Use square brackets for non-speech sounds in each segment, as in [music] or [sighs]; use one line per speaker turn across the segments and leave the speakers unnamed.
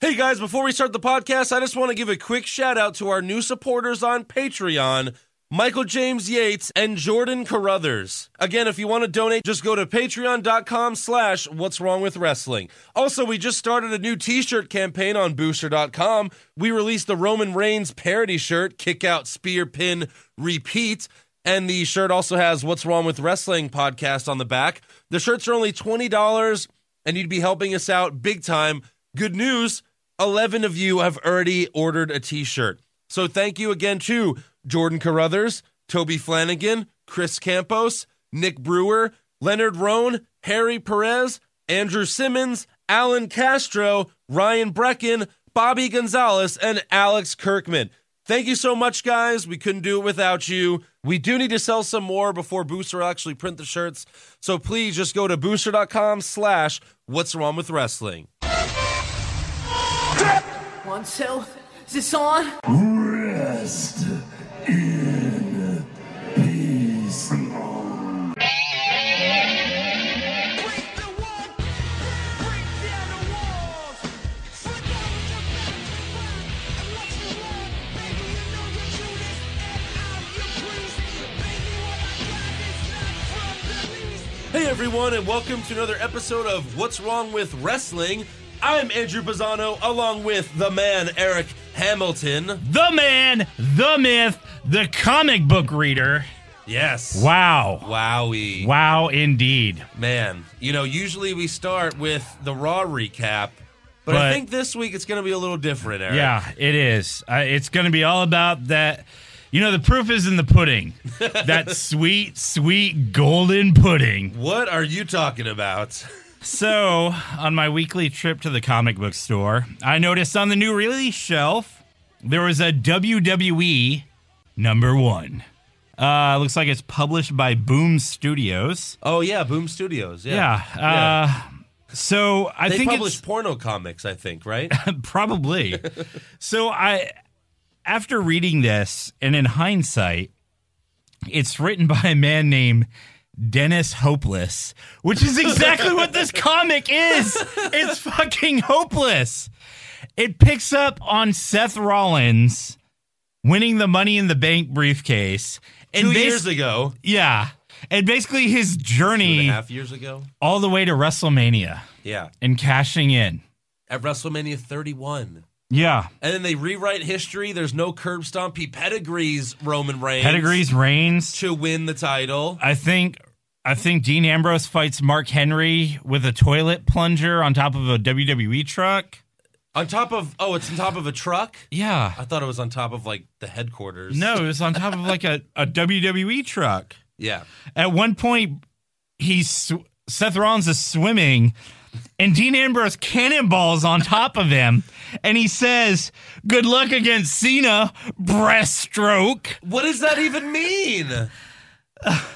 Hey guys, before we start the podcast, I just want to give a quick shout out to our new supporters on Patreon. Michael James Yates and Jordan Carruthers. Again, if you want to donate, just go to patreon.com slash what's wrong with wrestling. Also, we just started a new t-shirt campaign on booster.com. We released the Roman Reigns parody shirt, kick out, spear, pin, repeat. And the shirt also has what's wrong with wrestling podcast on the back. The shirts are only $20 and you'd be helping us out big time. Good news. 11 of you have already ordered a t-shirt. So thank you again to Jordan Carruthers, Toby Flanagan, Chris Campos, Nick Brewer, Leonard Roan, Harry Perez, Andrew Simmons, Alan Castro, Ryan Brecken, Bobby Gonzalez, and Alex Kirkman. Thank you so much, guys. We couldn't do it without you. We do need to sell some more before Booster will actually print the shirts. So please just go to booster.com slash what's wrong with wrestling.
One, two, is this on?
Rest in peace.
Break the wall, break down the walls. Forget what your past is worth and what you want, baby. You know you do this, and I'm your priest. Baby, what I got is not from the least.
Hey everyone, and welcome to another episode of What's Wrong with Wrestling. I'm Andrew Pisano, along with the man Eric Hamilton.
the man, the myth, the comic book reader.
Yes.
Wow.
Wowie.
Wow, indeed.
Man, you know, usually we start with the Raw recap, but, I
But-
think this week it's going to be a little different, Eric.
Yeah, it is. Uh, it's going to be all about that. You know, the proof is in
[laughs]
the pudding. that sweet, sweet golden pudding.
What are you talking about?
So, on my weekly trip to the comic book store, I noticed on the new release shelf there was a WWE number one. Uh, looks like it's published by Boom Studios.
Oh, yeah, Boom Studios. Yeah.
Yeah. Uh, So I
They
think
publish
it's,
porno comics, I think, right?
[laughs] Probably. so I after reading this and in hindsight, it's written by a man named Dennis Hopeless, which is exactly what this comic is. It's fucking hopeless. It picks up on Seth Rollins winning the money in the bank briefcase. And
Two
bas-
years ago,
Yeah. And basically his
two and
journey
a half years ago.
all the way to WrestleMania
Yeah.
and cashing in.
At WrestleMania 31.
Yeah.
And then they rewrite history. There's no curb stomp. He pedigrees Roman Reigns.
Pedigrees reigns.
to win the title.
I think I think Dean Ambrose fights Mark Henry with a toilet plunger on top of a WWE truck.
On top of oh, it's on top of a truck.
Yeah.
I thought it was on top of like the headquarters.
No, it was on top of like a, a WWE truck.
Yeah.
At one point he's sw- Seth Rollins is swimming and Dean Ambrose cannonballs on top of him and he says, "Good luck against Cena, breaststroke."
What does that even mean?
[laughs]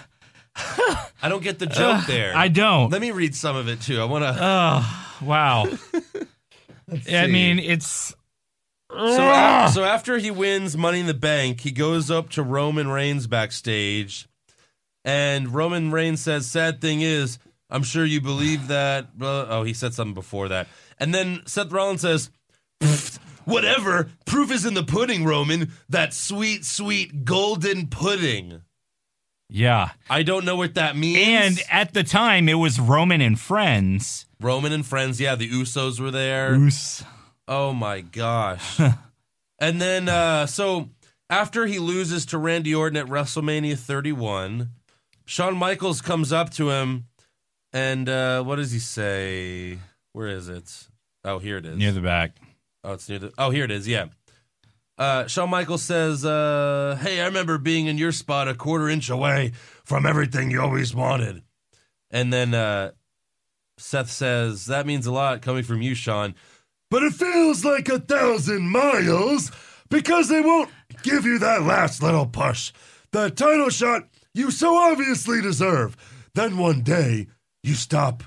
I don't get the joke there.
Uh, I don't. Uh,
Let me read some of it too. I want to.
Wow. I mean, it's
so, a- so after he wins Money in the Bank, he goes up to Roman Reigns backstage, and Roman Reigns says, "Sad thing is, I'm sure you believe that." Blah- Oh, he said something before that, and then Seth Rollins says, "Pfft, "Whatever. Proof is in the pudding, Roman. That sweet, sweet golden pudding."
yeah.
I don't know what that means.
And at the time, it was Roman and Friends.
Roman and friends, yeah, the Usos were there. Oh my
[laughs]
gosh. and then uh so after he loses to Randy Orton at WrestleMania 31, Shawn Michaels comes up to him and uh what does he say? Where is it? Oh, here it is.
near the back.
oh, it's near the Oh, here it is. Yeah. Uh, Shawn Michaels says, uh, Hey, I remember being in your spot a quarter inch away from everything you always wanted. And then uh, Seth says, That means a lot coming from you, Sean. But it feels like a thousand miles because they won't give you that last little push, the title shot you so obviously deserve. Then one day, you stop.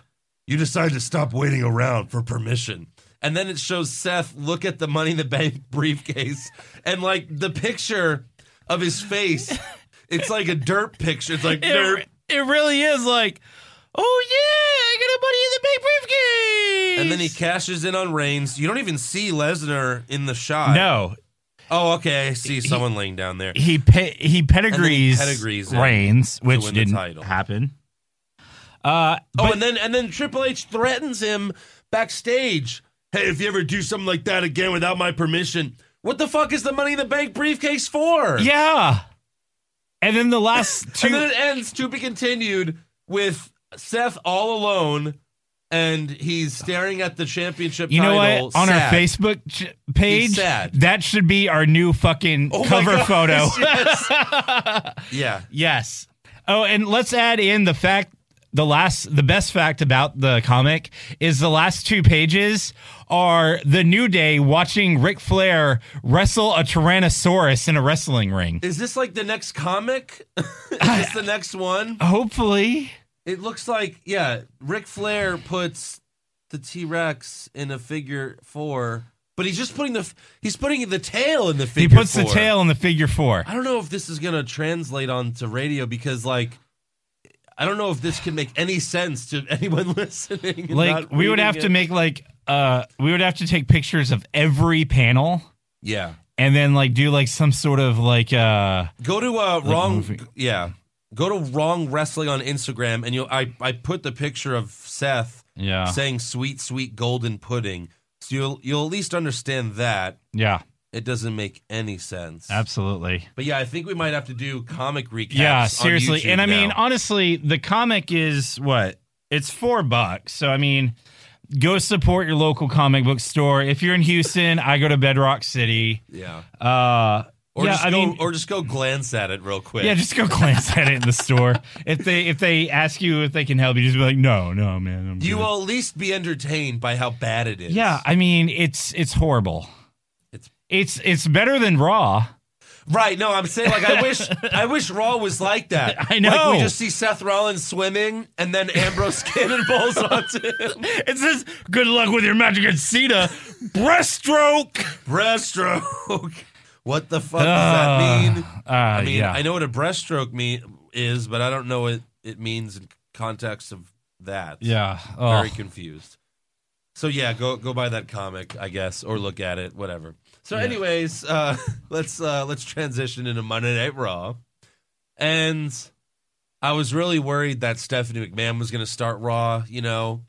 You decide to stop waiting around for permission. And then it shows Seth look at the Money in the Bank [laughs] briefcase and like the picture of his face. It's
[laughs]
like a dirt picture. It's like dirt.
It, it really is like, oh yeah, I big briefcase.
And then he cashes in on Reigns. You don't even see Lesnar in the shot.
no,
Oh, okay. I see someone laying down there.
he pe- he pedigrees,
pedigrees him
Reigns, which
win the
didn't
title.
happen. Uh,
Oh,
but
and then and then Triple H threatens him backstage. Hey, if you ever do something like that again without my permission, what the fuck is the Money in the Bank briefcase for?
yeah, and then the last
[laughs]
two.
And then it ends to be continued with Seth all alone, and he's staring at the championship.
you know
title,
what? On our
sad.
Facebook ch- page,
He's sad.
that should be our new fucking
Oh my
cover
gosh,
photo.
[laughs]
[laughs]
yes. yeah.
Yes. Oh, and let's add in the fact the last the best fact about the comic is the last two pages are the New Day watching Ric Flair wrestle a Tyrannosaurus in a wrestling ring.
Is this like the next comic? [laughs] is this the next one?
Hopefully.
It looks like yeah. Ric Flair puts the T Rex in a figure four, but he's just putting the f- he's putting the tail in the
He
figure.
puts the
four.
tail in the figure four.
I don't know if this is gonna translate onto radio because like. I don't know if this can make any sense to anyone [laughs] listening. and
Like
not
we would
reading
have to
it.
make like uh we would have to take pictures of every panel
yeah.
and then like do like some sort of like uh
Go to uh, wrong.
movie.
Yeah, go to wrong wrestling on Instagram, and you'll. I I put the picture of Seth
Yeah.
saying "sweet, sweet golden pudding," so you'll you'll at least understand that
yeah,
it doesn't make any sense.
absolutely.
But yeah, I think we might have to do comic recaps.
Yeah,
on
seriously.
YouTube
And I mean,
now.
honestly, the comic is what? It's four bucks. So I mean, go support your local comic book store. If you're in Houston, I go to Bedrock City.
yeah.
Uh
Or
yeah,
just
I
go,
mean,
or just go glance at it real quick.
yeah, just go glance at it in the store. If they if they ask you if they can help you, just be like, no, no, man. I'm
you
good."
will at least be entertained by how bad it is.
Yeah, I mean, it's it's horrible.
It's-
It's it's better than
[laughs]
Raw.
Right. No, I'm saying like I wish I wish Raw was like [laughs] that.
I
Like
know.
we just see Seth Rollins swimming and then Ambrose [laughs] cannonballs onto him.
It says, "Good luck with your magic and Cena breaststroke."
Breaststroke. [laughs] What the fuck does that mean?
Uh,
I mean,
yeah.
I know what a breaststroke mean is, but I don't know what it means in context of that.
Yeah. Oh.
Very confused. So yeah, go go buy that comic, I guess, or look at it, whatever. So, anyways, uh, [laughs] let's uh, let's transition into Monday Night Raw, and I was really worried that Stephanie McMahon was going to start Raw, you know,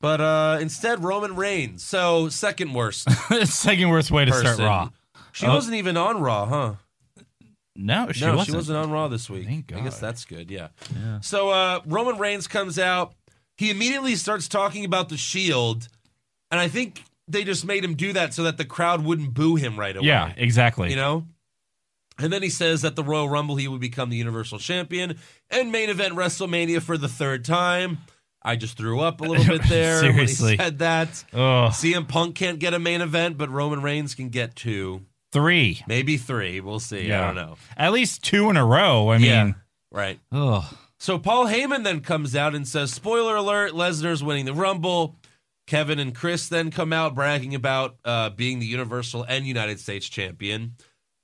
but uh, instead Roman Reigns. So second
[laughs]
worst
Oh, Second worst way to
person.
start Raw.
She
Oh.
wasn't even on Raw, huh?
No, she
no,
wasn't.
she wasn't on Raw this week.
Thank
I guess
God.
that's good. Yeah. So uh, Roman Reigns comes out. He immediately starts talking about the Shield, and I think they just made him do that so that the crowd wouldn't boo him right away.
Yeah, exactly.
You know. And then he says that the Royal Rumble he would become the Universal Champion and main event WrestleMania for the third time. I just threw up a little
[laughs]
bit there when he
Seriously. Oh.
said that.
Ugh.
CM Punk can't get a main event, but Roman Reigns can get two,
three.
maybe three. We'll see. I
Yeah.
don't know.
At least two in a row. I
yeah.
mean,
Right.
ugh.
So Paul Heyman then comes out and says, "Spoiler alert: Lesnar's winning the Rumble." Kevin and Chris then come out bragging about uh, being the Universal and United States champion.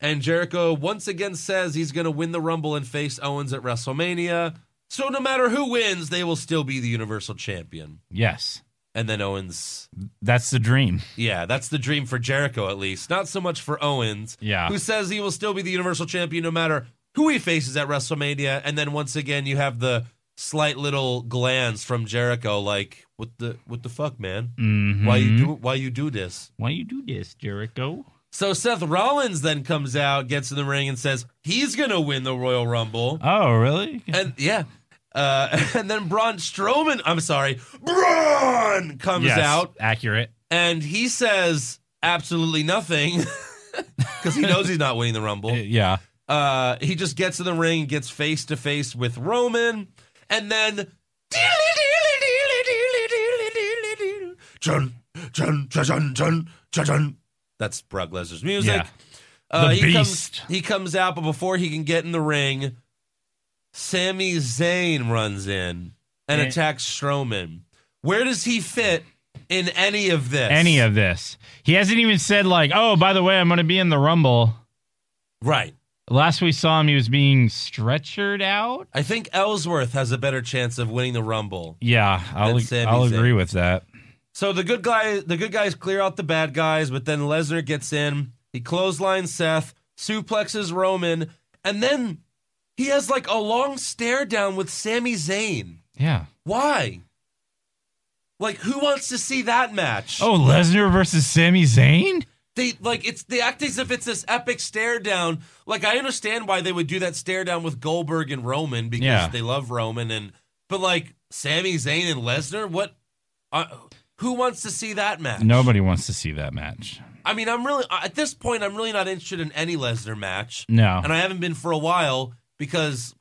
And Jericho once again says he's going to win the Rumble and face Owens at WrestleMania. So no matter who wins, they will still be the Universal champion.
yes,
And then Owens,
that's the dream.
yeah, that's the dream for Jericho at least. Not so much for Owens,
Yeah.
who says he will still be the Universal Champion no matter who he faces at WrestleMania. And then once again, you have the slight little glance from Jericho, like, "What the what the fuck, man? Why you do why you do this?"
Mm-hmm. Why you do this, Jericho?
So Seth Rollins then comes out, gets in the ring, and says he's gonna win the Royal Rumble.
Oh, really?
And yeah. Uh, [laughs] and then Braun Strowman, I'm sorry, Braun comes
Yes,
out
Accurate.
and he says absolutely nothing [laughs] because he knows he's not winning the
Uh,
Rumble.
yeah.
Uh, he just gets in the ring, and gets face to face with Roman, and then dearly, dearly, dearly, dearly, dearly, dearly, chun, chun, chun, chun, chun, chun, chun. That's Brock Lesnar's music.
Yeah.
Uh,
The
he
Beast.
comes he comes out, but before he can get in the ring, Sami Zayn runs in and
Eh.
attacks Strowman. Where does he fit in any of this?
Any of this. He hasn't even said like, oh, by the way, I'm going to be in the Rumble.
Right.
Last we saw him, he was being stretchered out.
I think Ellsworth has a better chance of winning the Rumble.
Yeah, I'll,
Than Sami
I'll
Zayn.
agree with that.
So the good guy, the good guys clear out the bad guys, but then Lesnar gets in. He clotheslines Seth, suplexes Roman, and then he has like a long stare down with Sami Zayn.
Yeah.
Why? Like, who wants to see that match?
Oh, Lesnar versus Sami Zayn?
they like it's they act as if it's this epic stare down. Like, I understand why they would do that stare down with Goldberg and Roman because
Yeah.
they love Roman and but like Sami Zayn and Lesnar, what? Uh, who wants to see that match?
Nobody wants to see that match.
I mean, I'm really at this point. I'm really not interested in any Lesnar match,
No.
and I haven't been for a while because,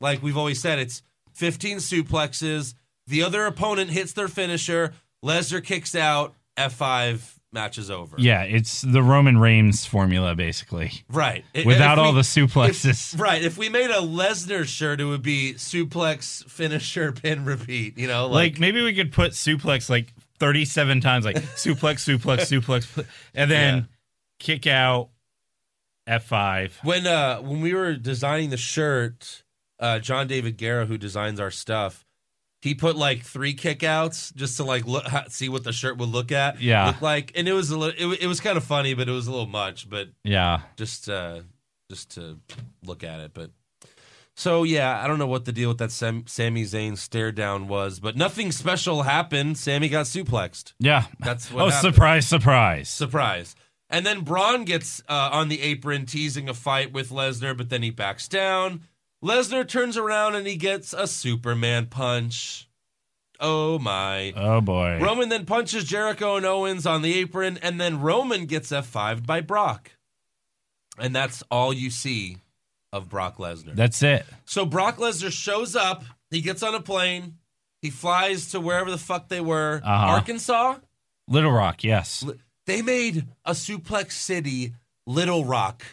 like we've always said, it's 15 suplexes. The other opponent hits their finisher. Lesnar kicks out. F5 match is over.
yeah, it's the Roman Reigns formula, basically.
right. I-
Without
if
all
we-
the suplexes.
if- right. If we made a Lesnar shirt, it would be suplex finisher pin repeat. You know,
like,
like,
maybe we could put suplex like 37
[laughs]
times, like suplex, suplex, suplex, pl- and then
Yeah.
kick out F5.
when uh when we were designing the shirt uh john david guerra who designs our stuff he put like three kickouts just to like look [laughs] ha- see what the shirt would look at
Yeah.
look like and it was a little it, wa- it was kind of funny but it was a little much but
Yeah.
just uh just to look at it but so yeah i don't know what the deal with that Sam, sammy Zayn stare down was but nothing special happened sammy got suplexed
Yeah.
That's what
Oh,
happened.
surprise, surprise.
surprise. And then Braun gets uh, on the apron teasing a fight with Lesnar, but then he backs down. Lesnar turns around and he gets a Superman punch. Oh my.
Oh, boy.
Roman then punches Jericho and Owens on the apron, and then Roman gets F5'd by Brock. And that's all you see of Brock Lesnar.
That's it.
So Brock Lesnar shows up. He gets on a plane. He flies to wherever the fuck they were.
Uh-huh.
Arkansas?
Little
[laughs]
Rock, yes.
Li- They made a Suplex City Little Rock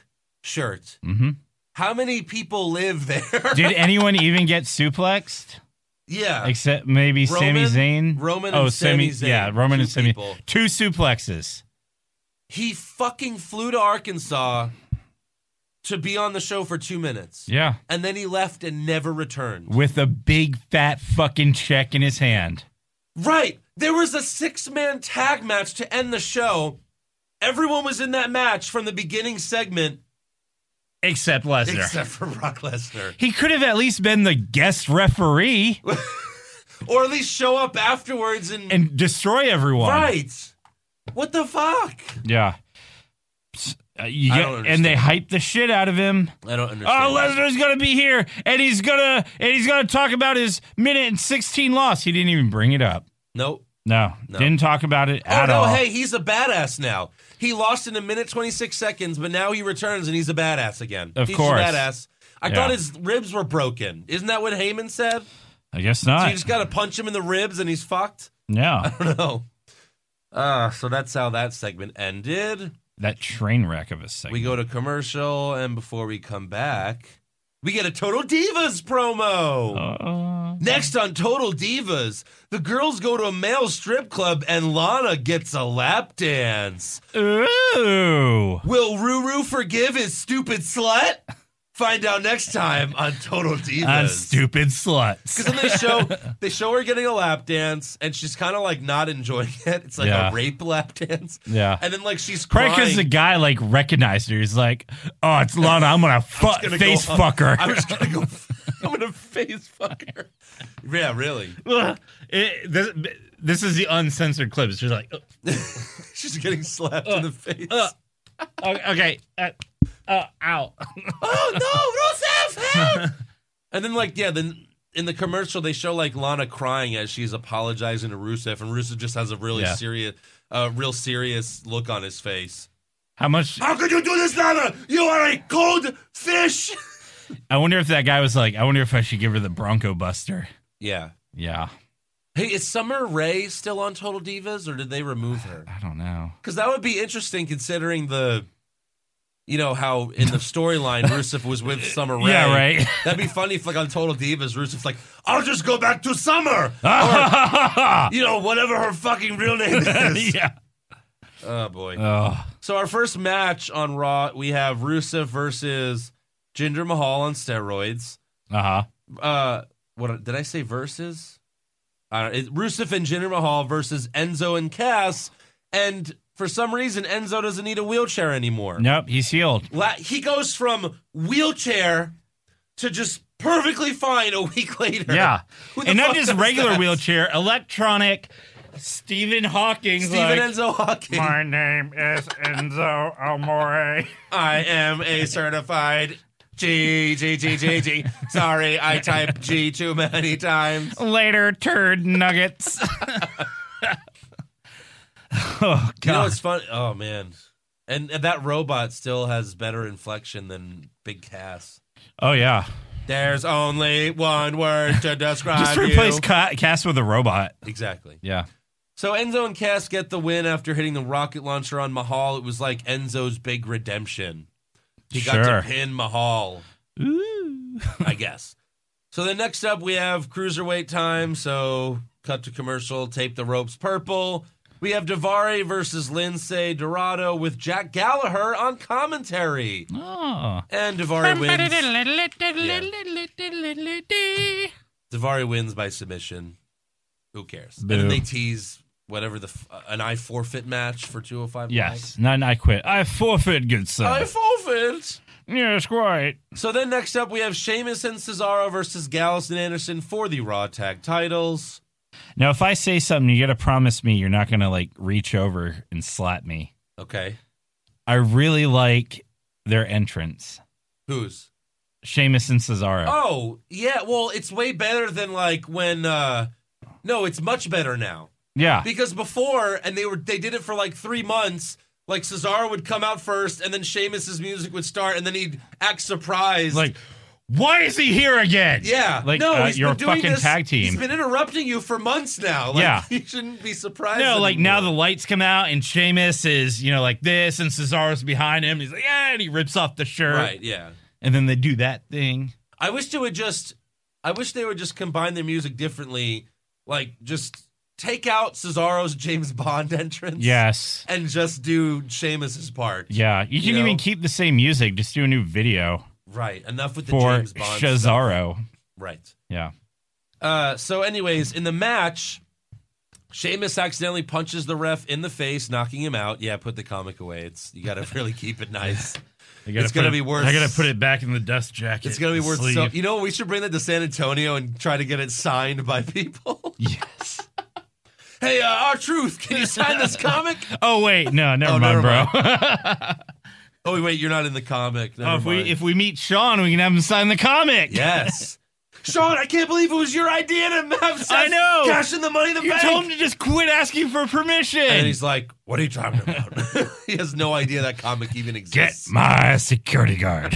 shirt.
hmm
How many people live there?
Did anyone even get suplexed?
[laughs] yeah.
Except maybe Sami
Roman-
Zayn? Oh,
Roman and Sami Zayn.
Yeah, Roman and
Two
Sami.
people.
Two suplexes.
he fucking flew to Arkansas to be on the show for two minutes.
Yeah.
And then he left and never returned.
With a big fat fucking check in his hand.
Right. There was a six man tag match to end the show. Everyone was in that match from the beginning segment
Except Lesnar.
except for Brock
[laughs]
Lesnar.
he could have at least been the guest referee
Or at least show up afterwards and.
and destroy everyone.
right. What the fuck?
Yeah. S- uh, you
I
get-
don't
and
understand.
they hyped the shit out of him.
I don't understand.
Oh, Lesnar's gonna be here, and he's gonna and he's gonna talk about his minute and sixteen loss. He didn't even bring it up.
Nope.
No, didn't talk about it
Oh
at
no!
all.
Hey, he's a badass now. He lost in a minute twenty six seconds, but now he returns and he's a badass again.
Of
he's
course.
a badass. I
Yeah.
thought his ribs were broken. Isn't that what Heyman said?
I guess
So
not.
you just got to punch him in the ribs and he's fucked. [laughs]
no,
no. Uh, so that's how that segment ended.
that train wreck of a segment.
We go to commercial, and before we come back, we get a Total Divas promo.
Uh,
Next on Total Divas, the girls go to a male strip club and Lana gets a lap dance.
ooh,
Will Ruru forgive his stupid slut? Find out next time on Total
on
Divas.
stupid sluts.
Because in this show, they show her getting a lap dance and she's kind of like not enjoying it. It's like
Yeah.
a rape lap dance.
Yeah.
And then like she's
Probably because
crying.
the guy like recognized her. He's like, "Oh, it's Lana. I'm
[laughs]
gonna fuck
gonna go
face
up.
fucker."
I was gonna go. I'm gonna face fuck her. Yeah, really. [laughs]
Ugh. [laughs] It- this, this is the uncensored clip. It's just like, "Oh, ugh,
She's getting slapped in the
Uh,
face.
oh, okay, uh, uh, ow. [laughs]
oh no, Rusev, help! [laughs] and then like yeah, then in the commercial they show like Lana crying as she's apologizing to Rusev, and Rusev just has a really
Yeah.
serious, uh, real serious look on his face.
How much?
How could you do this, Lana? You are a cold fish.
I wonder if that guy was like, I wonder if I should give her the Bronco Buster.
yeah.
Yeah,
Hey, is Summer Rae still on Total Divas, or did they remove her?
I don't know. [laughs]
Because that would be interesting considering the, you know, how in the storyline Rusev was
[laughs]
with Summer Rae.
Yeah, right.
[laughs] That'd be funny if, like, on Total Divas, Rusev's like, I'll just go back to Summer.
[laughs]
Or, you know, whatever her fucking real name
[laughs]
is.
yeah.
Oh, boy.
Oh,
So, our first match on Raw, we have Rusev versus Ginger Mahal on steroids.
Uh huh.
Uh, what did I say? Versus. Uh, it, Rusev and Jinder Mahal versus Enzo and Cass, and for some reason Enzo doesn't need a wheelchair anymore.
Nope, he's healed.
La- he goes from wheelchair to just perfectly fine a week [laughs] later.
Yeah.
Who the
And not
fuck
just
does
regular
that?
wheelchair, electronic Stephen Hawking.
Stephen
like,
Enzo Hawking.
My name is Enzo
[laughs]
Amore.
I am a certified G G G G G. Sorry, I typed G too many times.
Later, turd [laughs] nuggets. oh, God.
You know what's fun? Oh man, and, and that robot still has better inflection than Big Cass.
oh, yeah.
There's only one word to [laughs] describe
Just replace
you.
Ca- Cass with a robot.
exactly.
Yeah.
So Enzo and Cass get the win after hitting the rocket launcher on Mahal. It was like Enzo's big redemption. He
Sure.
got to pin Mahal, I guess. So then next up we have cruiserweight time. So cut to commercial, tape the ropes purple. We have Davari versus Lindsay Dorado with Jack Gallagher on commentary.
Oh.
And Davari wins. [laughs] Davari wins by submission. Who cares? And
Boo.
then they tease whatever the f- uh, an I forfeit match for 205
Yes. No, no, I quit. I forfeit, good sir.
Live. I forfeit.
yes, quite.
So then next up we have Sheamus and Cesaro versus Gallus and Anderson for the Raw Tag titles.
Now, if I say something, you got to promise me you're not going to like reach over and slap me.
Okay.
I really like their entrance.
Who's?
Sheamus and Cesaro.
Oh, yeah, well, it's way better than like when uh no, it's much better now.
yeah.
Because before and they were they did it for like 3 months. Like Cesaro would come out first, and then Sheamus's music would start, and then he'd act surprised.
Like, why is he here again?
yeah,
Like,
no,
uh,
he's
you're
been
a
doing
fucking
this-
tag team.
He's been interrupting you for months now. Like,
Yeah.
[laughs] you shouldn't be surprised.
no, like now the
anymore.
lights come out and Sheamus is, you know, like this and Cesaro's behind him. He's like, yeah, and he rips off the shirt.
right, yeah.
And then they do that thing.
I wish they would just I wish they would just combine their music differently. Like just take out Cesaro's James Bond [laughs] entrance.
Yes.
And just do Seamus's part.
Yeah. You can
You know?
even keep the same music, just do a new video
Right. Enough with the
for
James Bond. stuff.
Cesaro.
Right.
Yeah.
Uh so anyways, in the match, Seamus accidentally punches the ref in the face, knocking him out. Yeah, put the comic away. It's you
[laughs]
gotta really keep it nice.
I gotta
It's
put
gonna
it-
be worth-
I gotta put it back in the dust jacket.
It's gonna be
the
worth so
sleeve.
you know, we should bring that to San Antonio and try to get it signed by people. [laughs]
Yes.
hey, uh, our truth, can you sign this
[laughs]
comic?
Oh wait,
[laughs]
no, never
Oh,
mind,
never
bro.
Oh wait, you're not in the comic. Never
Oh, [laughs] if we
mind.
if we meet Sean, we can have him sign the comic.
[laughs] yes, Sean, I can't believe it was your idea to have sex.
I know.
Cash in the money in the
You
bank.
told him to just quit asking for
and
permission.
he's like, "What are you talking about?" [laughs] he has no idea that comic even
Get
exists.
my security guard.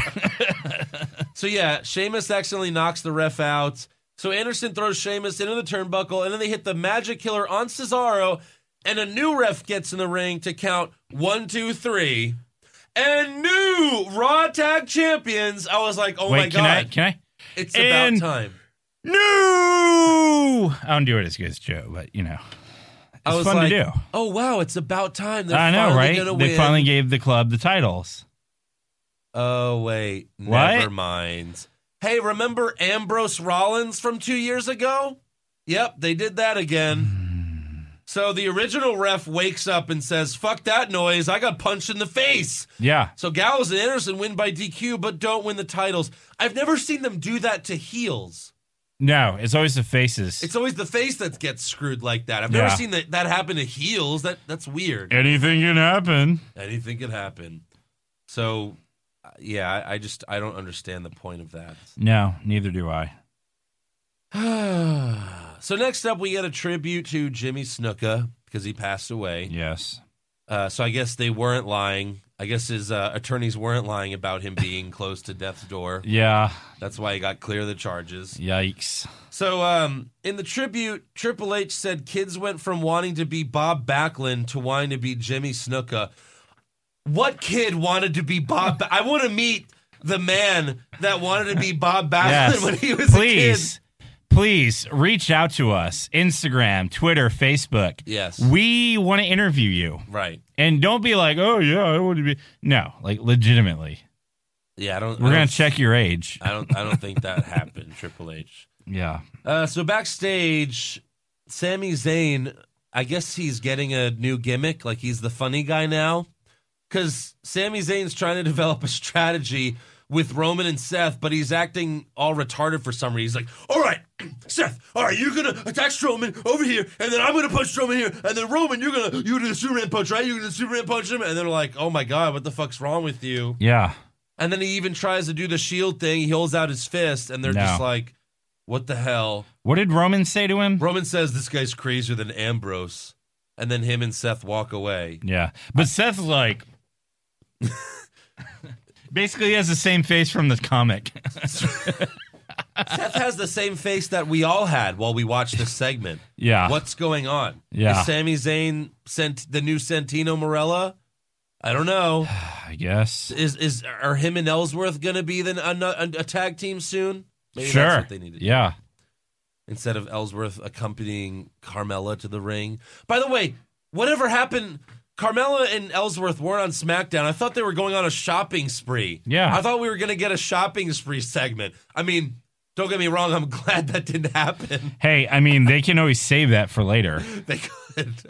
so yeah, Sheamus accidentally knocks the ref out. So Anderson throws Sheamus into the turnbuckle, and then they hit the Magic Killer on Cesaro, and a new ref gets in the ring to count one, two, three. And new Raw Tag Champions. I was like, [laughs] oh
wait,
my
can I?
god,
Can I?
it's
and-
about time.
No, I don't do it as good as Joe, but you know,
I
It's
was
fun
like,
to do.
oh wow, it's about time. They're
I know,
finally
right? They
Gonna win.
finally gave the club the titles.
Oh wait,
What?
never mind. Hey, remember Ambrose Rollins from two years ago? Yep, they did that again.
Hmm.
So the original ref wakes up and says, "Fuck that noise! I got punched in the face."
Yeah,
So Gallows and Anderson win by DQ, but don't win the titles. I've never seen them do that to heels.
no, it's always the faces.
It's always the face that gets screwed like that. I've never
Yeah.
seen that, that happen to heels. That that's weird.
Anything can happen.
anything could happen. So, uh, yeah, I, I just I don't understand the point of that.
No, neither do I.
So next up, we get a tribute to Jimmy Snuka because he passed away.
Yes.
Uh, so I guess they weren't lying. I guess his uh, attorneys weren't lying about him being [laughs] close to death's door.
Yeah.
That's why he got clear of the charges.
Yikes.
So um, in the tribute, Triple H said kids went from wanting to be Bob Backlund to wanting to be Jimmy Snuka. What kid wanted to be Bob? Ba- I want to meet the man that wanted to be Bob Backlund
Yes.
when he was a
please, please reach out to us Instagram, Twitter, Facebook.
Yes.
We want to interview you.
kid. Right.
And don't be like, oh, yeah, I want to be. No, like legitimately.
Yeah, I don't.
We're
I don't-
gonna check your age.
I don't. I don't think that happened. Triple H.
Yeah.
Uh, so backstage, Sami Zayn. I guess he's getting a new gimmick. Like he's the funny guy now, because Sami Zayn's trying to [laughs] develop a strategy with Roman and Seth, but he's acting all retarded for some reason. He's like, "All right, [clears throat] Seth, all right, you're gonna attack Strowman over here, and then I'm gonna punch Strowman here, and then Roman, you're gonna you do the Superman punch, right? You're gonna Superman punch him." And they're like, "Oh my god, what the fuck's wrong with you?"
Yeah.
And then he even tries to do the shield thing. He holds out his fist, and they're
No.
just like, "What the hell?"
What did Roman say to him?
Roman says this guy's crazier than Ambrose, and then him and Seth walk away.
Yeah. But
[laughs]
Seth's like basically has the same face from the comic. [laughs]
Seth has the same face that we all had while we watched this segment.
[laughs] yeah.
What's going on?
Yeah.
Is Sami Zayn sent the new Santino Morella? I don't know.
I guess.
Is is are him and Ellsworth going to be then a, a, a tag team soon? Maybe
sure.
That's what they need to do.
yeah.
instead of Ellsworth accompanying Carmella to the ring. By the way, whatever happened, Carmella and Ellsworth weren't on SmackDown. I thought they were going on a shopping spree.
Yeah.
I thought we were going to get a shopping spree segment. I mean, don't get me wrong, I'm [laughs] glad that didn't happen. [laughs]
Hey, I mean, they can always save that for later.
They could.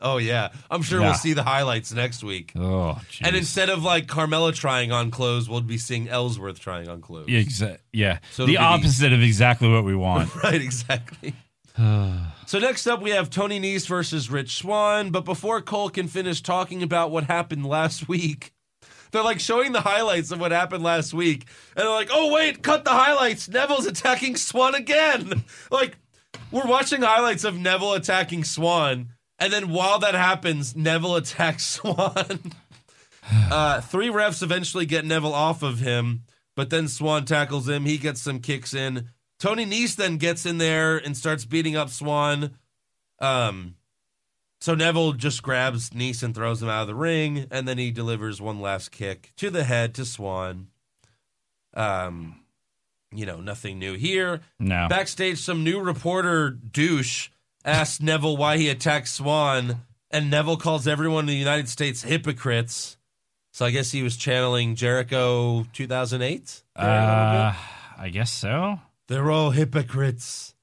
Oh, yeah. I'm sure
Yeah.
we'll see the highlights next week.
Oh, jeez.
And instead of like Carmella trying on clothes, we'll be seeing Ellsworth trying on clothes.
Yeah, exa- yeah.
So
the
it'll be
opposite of exactly what we
[laughs]
want.
Right, exactly. [sighs] so next up, we have Tony Nese versus Rich Swan. But before Cole can finish talking about what happened last week, they're like showing the highlights of what happened last week, and they're like, "Oh wait, cut the highlights. Neville's attacking Swan again." [laughs] like we're watching highlights of Neville attacking Swan, and then while that happens, Neville attacks [laughs] Swan. Uh, three refs eventually get Neville off of him, but then Swan tackles him. He gets some kicks in. Tony Nese then gets in there and starts beating up Swan. Um, so Neville just grabs Nese and throws him out of the ring, and then he delivers one last kick to the head to Swan. Um, you know, nothing new here.
No.
Backstage, some new reporter douche asks Neville why he attacked Swan, and Neville calls everyone in the United States hypocrites. So I guess he was channeling Jericho 2008.
uh, I guess so.
They're all hypocrites.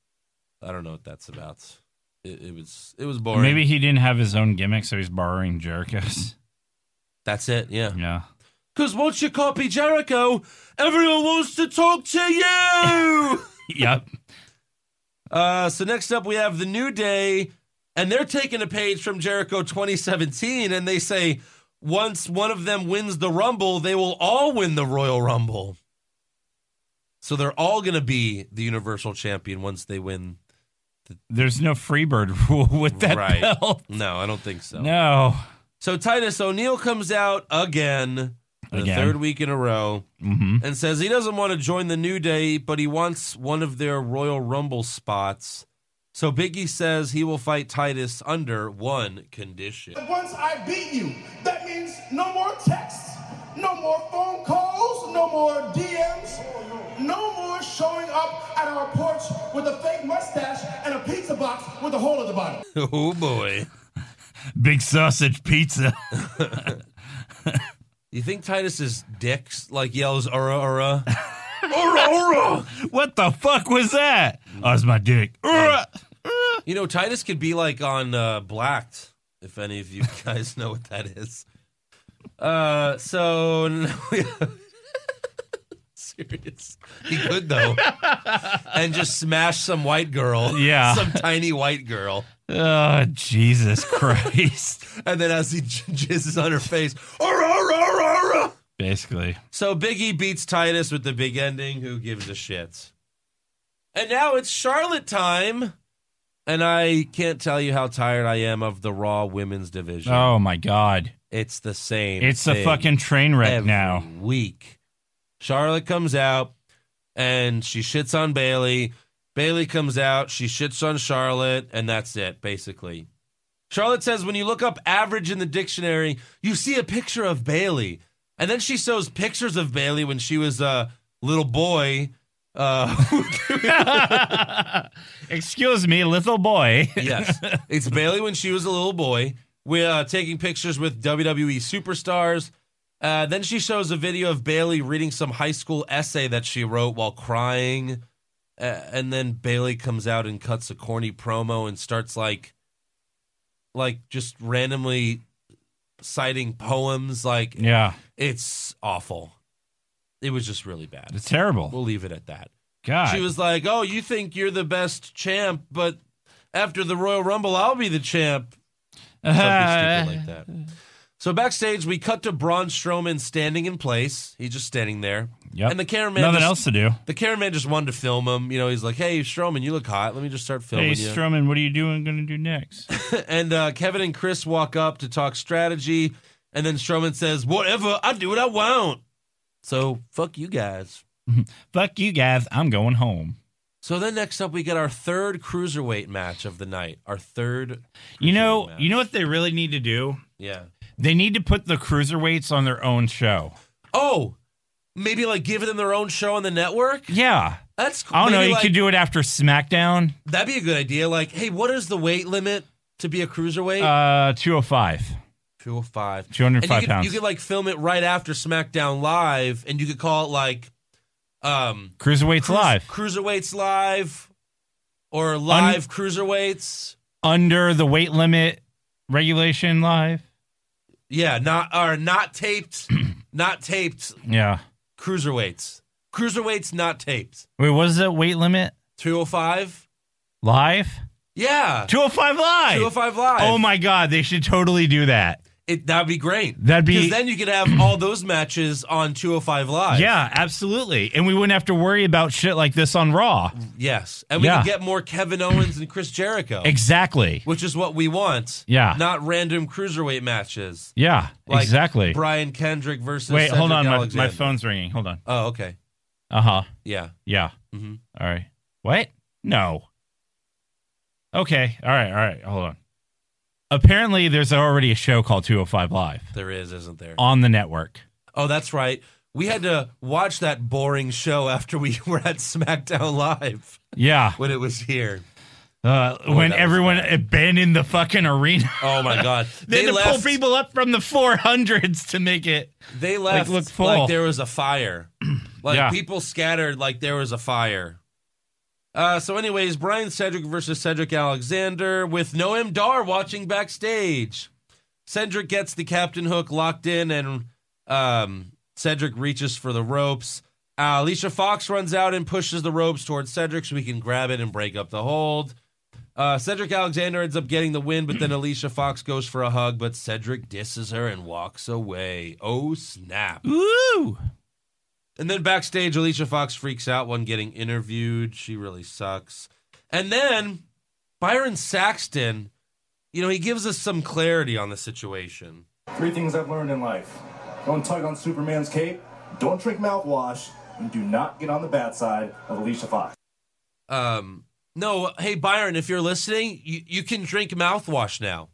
I don't know what that's about. It, it was it was boring.
Maybe he didn't have his own gimmick, so he's borrowing Jericho's. [laughs]
that's it. Yeah.
Yeah.
Because once you copy Jericho, everyone wants to talk to
[laughs]
you.
yep.
Uh, so next up, we have the New Day, and they're taking a page from Jericho 2017, and they say once one of them wins the Rumble, they will all win the Royal Rumble. So they're all going to be the Universal Champion once they win.
There's no Freebird [laughs] rule with that
Right.
belt.
No, I don't think so.
No.
So Titus O'Neil comes out again, the
Again.
third week in a row,
Mm-hmm.
and says he doesn't want to join the New Day, but he wants one of their Royal Rumble spots. So Biggie says he will fight Titus under one condition. [laughs]
Once I beat you, that means no more texts, no more phone calls, no more DMs, no more showing up at our porch with a fake mustache and a pizza box with a hole in the bottom.
Oh boy.
Big sausage pizza. [laughs]
You think Titus's dick like yells "Ora, ora, ora, ora"?
what the fuck was that? Oh, it's my dick. Urgh.
You know, Titus could be like on uh, Blacked, if any of you [laughs] guys know what that is. Uh, so [laughs] serious. He could though, and just smash some white girl.
Yeah.
[laughs] some tiny white girl,
[laughs] Oh, Jesus [laughs] Christ.
and then as he j- jizzes on her face, "Ora, ora, ora, ora."
Basically.
So Biggie beats Titus with the big ending. Who gives a shit? And now it's Charlotte time. And I can't tell you how tired I am of the Raw women's division.
Oh, my God.
It's the same.
It's a
thing
fucking train wreck
every
now.
Week. Charlotte comes out and she shits on Bailey. Bailey comes out, she shits on Charlotte, and that's it, basically. Charlotte says when you look up average in the dictionary, you see a picture of Bailey. And then she shows pictures of Bailey when she was a little boy. Uh,
Excuse me, little boy. [laughs]
yes. [laughs] It's Bailey when she was a little boy. We're uh, taking pictures with WWE E superstars. Uh, then she shows a video of Bailey reading some high school essay that she wrote while crying. Uh, and then Bailey comes out and cuts a corny promo and starts like, like just randomly citing poems. Like,
Yeah.
it's awful. It was just really bad.
It's terrible.
We'll leave it at that.
God.
She was like, "Oh, you think you're the best champ, but after the Royal Rumble, I'll be the champ."
[laughs]
Something stupid like that. So backstage, we cut to Braun Strowman standing in place. He's just standing there.
Yep.
And the cameraman.
Nothing
just-
else to do.
The cameraman just wanted to film him. You know, he's like, "Hey, Strowman, you look hot. Let me just start filming
Hey,
you."
Strowman, what are you doing? Going to do next? [laughs]
and uh, Kevin and Chris walk up to talk strategy, and then Strowman says, "Whatever, I do what I want." So fuck you guys.
Fuck you guys. I'm going home.
So then next up, we get our third cruiserweight match of the night. Our third.
You know,
cruiserweight match.
you know what they really need to do?
Yeah.
They need to put the cruiserweights on their own show.
Oh, maybe like giving them their own show on the network.
Yeah.
That's. Cool.
I don't know.
Maybe,
You
like,
could do it after SmackDown
That'd be a good idea. Like, hey, what is the weight limit to be a cruiserweight?
uh, 205.
Two hundred five.
205
And you could,
pounds.
You could like film it right after SmackDown Live, and you could call it like, um,
Cruiserweights
cruis-
live.
cruiserweights live, or live cruiserweights.
Under the weight limit regulation live.
Yeah, not or not
[clears throat]
taped, not taped
Yeah.
cruiserweights. Cruiserweights not taped.
Wait, what is that weight limit?
205?
Live?
Yeah.
205 live.
205 live.
Oh my God. They should totally do that.
It, that'd be great.
That'd be-
Because then you could have all those matches on 205 Live.
Yeah, absolutely. And we wouldn't have to worry about shit like this on Raw.
Yes. And we
Yeah.
could get more Kevin Owens and Chris Jericho,
Exactly.
which is what we want.
Yeah.
Not random cruiserweight matches.
Yeah,
Like
exactly.
Brian Kendrick versus.
Wait, hold
Cedric
on. My, my
Alexander.
phone's ringing. Hold on.
Oh, okay.
Uh huh.
Yeah.
Yeah.
Mhm.
All right. What? No. Okay. All right. All right. Hold on. Apparently, there's already a show called 205 Live
There is, isn't there?
on the network.
Oh, that's right. We had to watch that boring show after we [laughs] were at SmackDown Live
Yeah.
[laughs] when it was here.
Uh,
Oh, that
when
was
everyone abandoned the fucking arena.
Oh, my God.
[laughs] They, had to
left-
pull people up from the 400s to make it.
They left
look
like,
full.
there was a fire. Like
Yeah.
people scattered like there was a fire. Uh, so, anyways, Brian Cedric versus Cedric Alexander with Noam Dar watching backstage. Cedric gets the captain hook locked in, and um, Cedric reaches for the ropes. Uh, Alicia Fox runs out and pushes the ropes towards Cedric so he can grab it and break up the hold. Uh, Cedric Alexander ends up getting the win, but then Alicia Fox goes for a hug, but Cedric disses her and walks away. Oh, snap.
Ooh.
And then backstage, Alicia Fox freaks out when getting interviewed. She really sucks. And then Byron Saxton, you know, he gives us some clarity on the situation.
Three things I've learned in life don't tug on Superman's cape, don't drink mouthwash, and do not get on the bad side of Alicia Fox.
Um, no, hey, Byron, if you're listening, you, you can drink mouthwash now.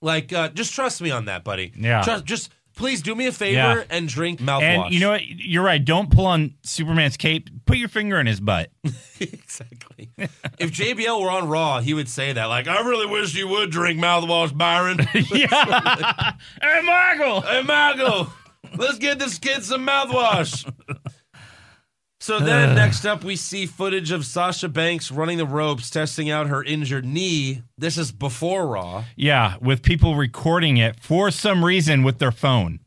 Like, uh, just trust me on that, buddy.
Yeah.
Trust, just please do me a favor
Yeah.
and drink mouthwash.
And you know what? You're right. Don't pull on Superman's cape. Put your finger in his butt.
[laughs] exactly. if JBL were on Raw, he would say that. Like, I really wish you would drink mouthwash, Byron.
yeah. hey, Michael.
hey, Michael, let's get this kid some mouthwash. So
[sighs]
then, next up, we see footage of Sasha Banks running the ropes, testing out her injured knee. This is before Raw,
Yeah, with people recording it for some reason with their phone.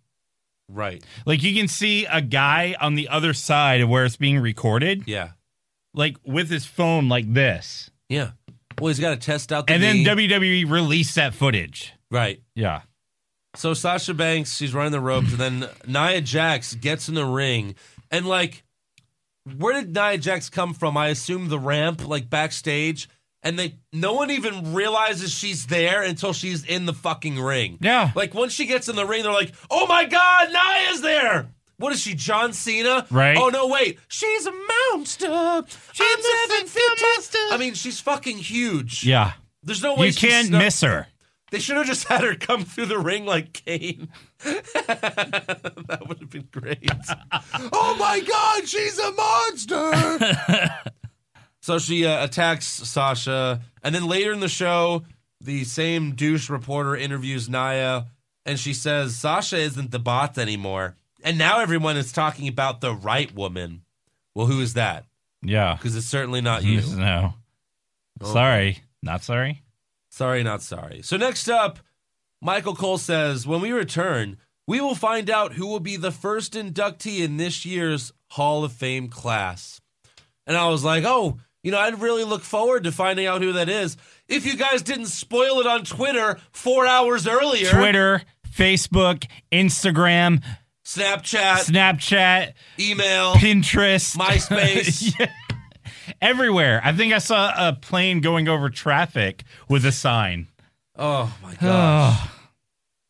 right?
Like you can see a guy on the other side of where it's being recorded,
Yeah,
like with his phone like this.
yeah. Well, he's got to test out the
And then
knee.
WWE released that footage.
right.
Yeah.
So Sasha Banks, she's running the ropes, and then Nia Jax gets in the ring, and like, where did Nia Jax come from? I assume the ramp, like backstage, and they no one even realizes she's there until she's in the fucking ring.
Yeah.
like once she gets in the ring, they're like, "Oh my God, Nia's there!" What is she, John Cena?
Right.
Oh no, wait, she's a monster. She's a monster. I mean, she's fucking huge.
Yeah.
there's no way
You
she's
can't
not-
miss her.
they should have just [laughs] had her come through the ring like Kane. [laughs] that would have been great. [laughs] oh my God, she's a monster! [laughs] so she uh, attacks Sasha, and then later in the show, the same douche reporter interviews Naya, and she says Sasha isn't the bot anymore. And now everyone is talking about the right woman. Well, who is that?
Yeah.
Because it's certainly not you.
No. Sorry. Not sorry.
Sorry, not sorry. So next up, Michael Cole says, when we return, we will find out who will be the first inductee in this year's Hall of Fame class. And I was like, oh, you know, I'd really look forward to finding out who that is. If you guys didn't spoil it on Twitter four hours earlier,
Twitter, Facebook, Instagram,
Snapchat,
Snapchat,
email,
Pinterest,
MySpace.
[laughs] Yeah. Everywhere. I think I saw a plane going over traffic with a sign.
Oh my gosh.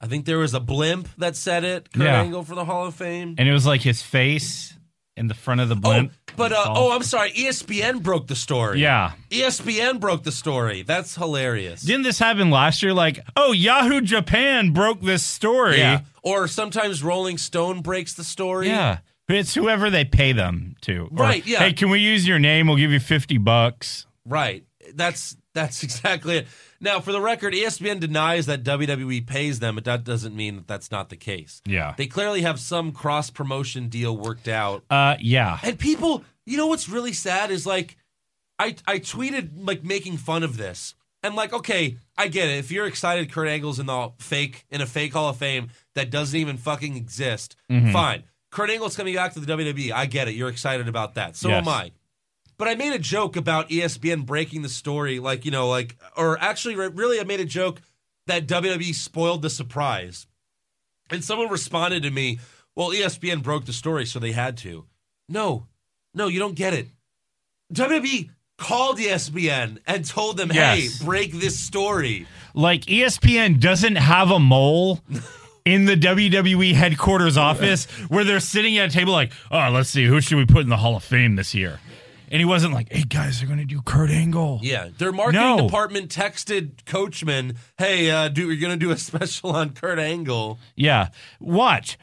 I think there was a blimp that said it. Kurt
Yeah.
Angle for the Hall of Fame.
And it was like his face in the front of the blimp.
Oh, but uh, oh, I'm sorry. ESPN broke the story.
yeah.
E ESPN broke the story. That's hilarious.
Didn't this happen last year? Like, oh, Yahoo Japan broke this story.
yeah. Or sometimes Rolling Stone breaks the story.
Yeah. It's whoever they pay them to. Or,
Right, yeah.
Hey, can we use your name? We'll give you 50 bucks.
Right. That's that's [laughs] exactly it. Now, for the record, E ESPN denies that WWE pays them, but that doesn't mean that that's not the case.
Yeah.
They clearly have some cross promotion deal worked out.
Uh, yeah.
And people, you know what's really sad is like, I I tweeted like making fun of this, and like, okay, I get it. If you're excited, Kurt Angle's in the fake in a fake Hall of Fame that doesn't even fucking exist. Fine, Kurt Angle's coming back to the WWE. I get it. You're excited about that. So
Yes.
am I. But I made a joke about E ESPN breaking the story, like you know, like or actually, re- really, I made a joke that WWE spoiled the surprise. And someone responded to me, well, E ESPN broke the story, so they had to. No, no, you don't get it. WWE called E ESPN and told them,
Yes.
hey, break this story.
Like, E ESPN doesn't have a mole. In the WWE headquarters office, where they're sitting at a table, like, oh, let's see, who should we put in the Hall of Fame this year? And he wasn't like, hey, guys, they're going to do Kurt Angle.
Yeah, their marketing
No.
department texted Coachman, hey, uh, dude, you're going to do a [laughs] special on Kurt Angle.
Yeah. Watch.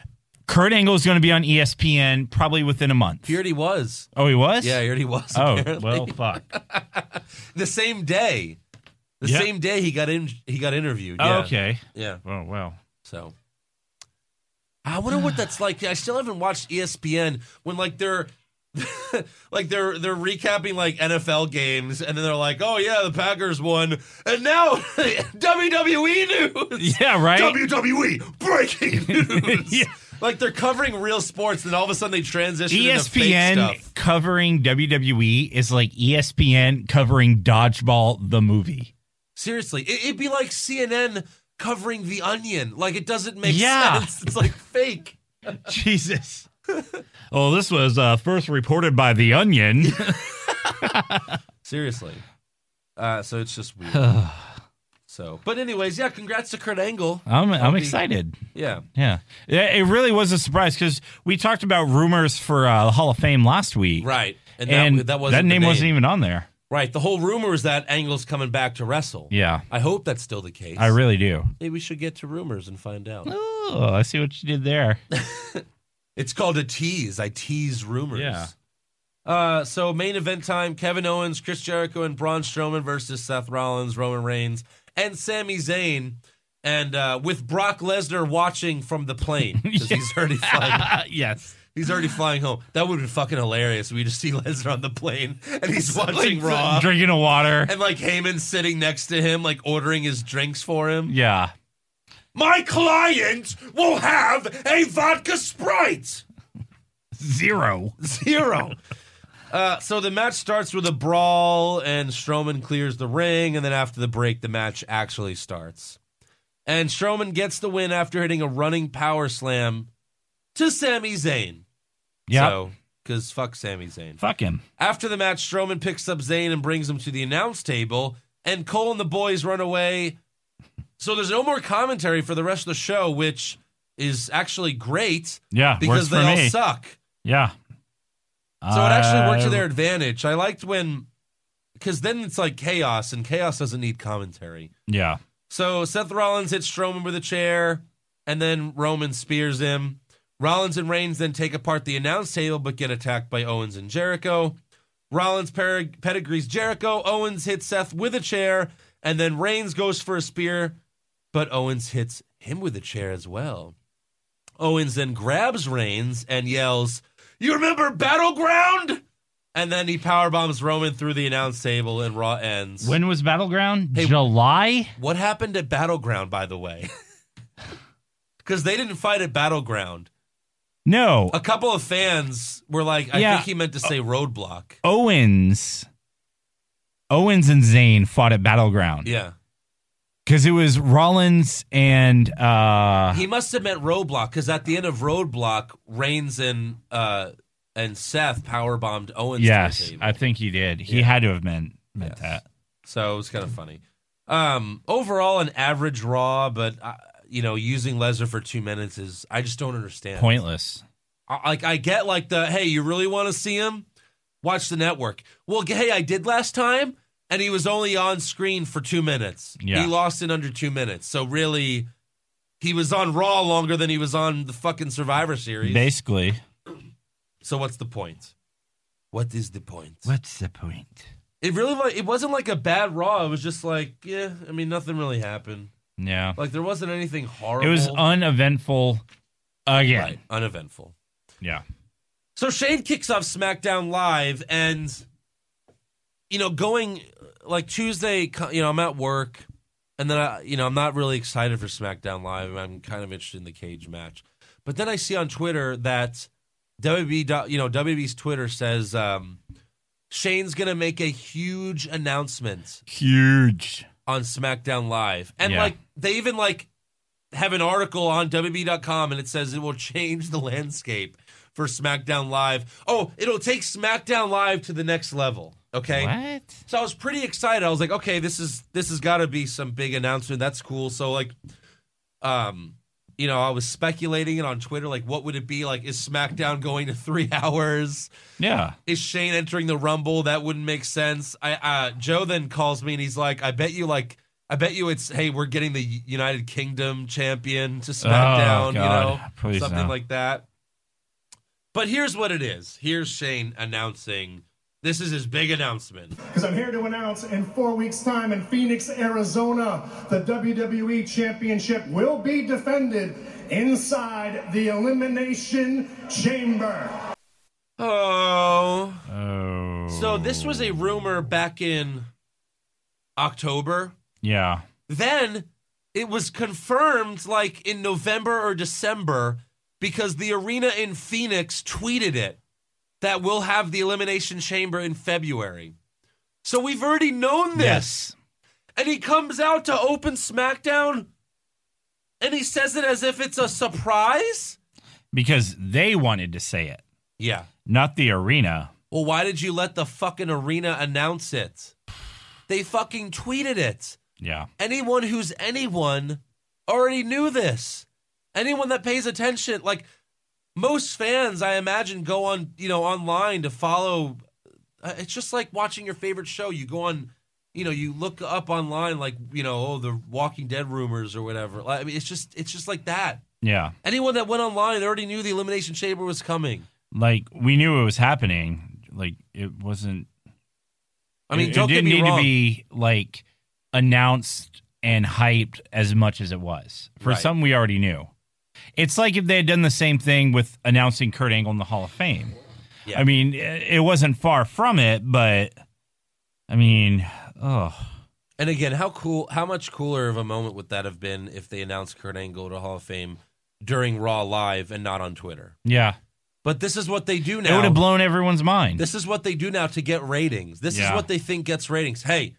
Kurt Angle is going to be on E ESPN probably within a month.
He already was.
Oh, he was?
Yeah, he already was.
Oh,
apparently.
well, fuck.
[laughs]
[laughs]
the same day. The
Yeah.
same day he got in, he got interviewed.
Oh,
Yeah.
okay.
Yeah.
Oh, well.
So I wonder what that's like. I still haven't watched E ESPN when like they're [laughs] like they're they're recapping like NFL games and then they're like, "Oh yeah, the Packers won." And now [laughs] WWE [laughs] news.
Yeah, right?
WWE E [laughs] breaking news. Like they're covering real sports then all of a sudden they transition
E
into fake
ESPN
stuff.
covering WWE is like E ESPN covering Dodgeball the movie.
Seriously, it, it'd be like CNN covering The Onion. Like it doesn't make
Yeah.
sense. It's like fake.
[laughs] Jesus. oh, this was uh, first reported by The Onion.
Seriously. Uh, so it's just
[sighs]
weird. so, but anyways, yeah. Congrats to Kurt Angle.
I'm, I'm
Happy-
excited.
Yeah,
Yeah. It it really was a surprise because we talked about rumors for uh, the Hall of Fame last week.
right. And,
And
that, that wasn't the
name wasn't even on there.
right. The whole rumor is that Angle's coming back to wrestle.
Yeah.
I hope that's still the case.
I really do.
Maybe we should get to rumors and find out.
Oh, I see what you did there. [laughs]
It's called a tease. I tease rumors.
Yeah.
Uh, so main event time: Kevin Owens, Chris Jericho, and Braun Strowman versus Seth Rollins, Roman Reigns, and Sami Zayn, and uh, with Brock Lesnar watching from the plane because
[laughs]
he's already flying.
yes.
He's already flying home. That would have been fucking hilarious. We just see Lesnar on the plane and he's watching [laughs] Raw.
Drinking a water.
And like Heyman sitting next to him, like ordering his drinks for him.
Yeah.
My client will have a vodka sprite.
Zero.
[laughs] Zero. Uh, so the match starts with a brawl, and Strowman clears the ring, and then after the break, the match actually starts. And Strowman gets the win after hitting a running power slam to Sami Zayn.
Yeah.
So, because fuck Sami Zayn.
Fuck him.
After the match, Strowman picks up Zayn and brings him to the announce table, and Cole and the boys run away. So there's no more commentary for the rest of the show, which is actually great
Yeah.
because
works
they
for
all
me.
suck.
Yeah.
So it actually worked to
Uh,
their advantage. I liked when, because then it's like chaos, and chaos doesn't need commentary.
Yeah.
So Seth Rollins hits Strowman with a chair, and then Roman spears him. Rollins and Reigns then take apart the announce table but get attacked by Owens and Jericho. Rollins per- pedigrees Jericho. Owens hits Seth with a chair, and then Reigns goes for a spear, but Owens hits him with a chair as well. Owens then grabs Reigns and yells, You remember Battleground? And then he powerbombs Roman through the announce table and Raw ends.
When was Battleground? July?
what happened at Battleground, by the
[laughs]
way? Because they didn't fight at Battleground.
No.
A couple of fans were like, I
Yeah. Oh.
think he meant to say roadblock.
Owens. Owens and Zayn fought at Battleground
Yeah.
because it was Rollins and uh,
He must have meant roadblock because at the end of roadblock, Reigns and uh, and Seth powerbombed Owens. to the
yes,
table.
I think he did. He
Yeah.
had to have meant meant
Yes.
that.
So it was kind of funny. Um, overall, an average Raw, but uh, you know, using Lesnar for two minutes is I just don't understand.
Pointless.
I- Like I get like the hey, you really want to see him? Watch the network. Well, g- hey, I did last time, and he was only on screen for two minutes.
Yeah.
He lost in under two minutes. So really, he was on Raw longer than he was on the fucking Survivor Series.
Basically,
so what's the point? What is the point?
what's the point?
It really like it wasn't like a bad Raw. It was just like yeah, I mean nothing really happened.
Yeah,
Like there wasn't anything horrible.
it was uneventful again.
right, uneventful.
Yeah,
So Shane kicks off SmackDown Live, and you know, going like Tuesday, co- you know, I'm at work, and then I, you know, I'm not really excited for SmackDown Live. I'm kind of interested in the cage match, but then I see on Twitter that WB, do- you know, WB's Twitter says um, Shane's gonna make a huge announcement.
huge.
on SmackDown Live. And
Yeah.
like they even like have an article on WWE.com and it says it will change the landscape for SmackDown Live. Oh, it'll take SmackDown Live to the next level. Okay.
What?
So I was pretty excited. I was like, okay, this is this has got to be some big announcement. That's cool. So like, um, you know, I was speculating it on Twitter. Like, what would it be? Like, is SmackDown going to three [laughs] hours?
Yeah.
is Shane entering the Rumble? That wouldn't make sense. I uh, Joe then calls me and he's like, I bet you like. I bet you it's hey we're getting the United Kingdom champion to SmackDown, you
Oh, God.
know,
Please
something
no.
like that. But here's what it is. Here's Shane announcing this is his big announcement.
because I'm here to announce in four weeks' time in Phoenix, Arizona, the E WWE Championship will be defended inside the Elimination Chamber.
Oh,
Oh.
so this was a rumor back in October.
Yeah.
Then it was confirmed like in November or December because the arena in Phoenix tweeted it that we'll have the Elimination Chamber in February. So we've already known this. And he comes out to open SmackDown and he says it as if it's a surprise.
Because they wanted to say it,
Yeah.
not the arena.
Well, why did you let the fucking arena announce it? They fucking tweeted it.
Yeah.
anyone who's anyone already knew this. Anyone that pays attention, like most fans, I imagine, go on you know online to follow. uh, It's just like watching your favorite show. You go on, you know, you look up online, like you know, oh, the Walking Dead rumors or whatever. Like, I mean, it's just it's just like that.
Yeah.
Anyone that went online, they already knew the Elimination Chamber was coming.
Like we knew it was happening. Like it wasn't
I mean,
it, it
don't
didn't
get me
need
wrong.
to be like announced and hyped as much as it was for
Right.
something we already knew. It's like if they had done the same thing with announcing Kurt Angle in the Hall of Fame.
Yeah.
I mean, it it wasn't far from it, but I mean, oh,
And again, how cool, how much cooler of a moment would that have been if they announced Kurt Angle to Hall of Fame during Raw Live and not on Twitter?
yeah.
But this is what they do
It would
now.
have blown everyone's mind.
this is what they do now to get ratings. This is
Yeah.
what they think gets ratings. Hey,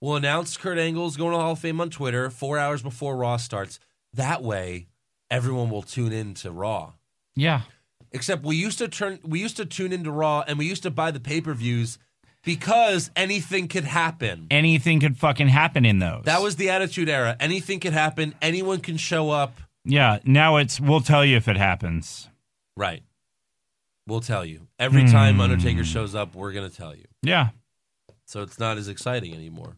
we'll announce Kurt Angle's going to Hall of Fame on Twitter four hours before Raw starts. That way, everyone will tune in to Raw.
yeah.
Except we used to turn, we used to tune into Raw, and we used to buy the pay per views because anything could happen.
Anything could fucking happen in those.
That was the attitude era. Anything could happen. Anyone can show up.
Yeah. Now it's, we'll tell you if it happens.
Right. We'll tell you. Every time Undertaker shows up, we're going to tell you.
Yeah.
So it's not as exciting anymore.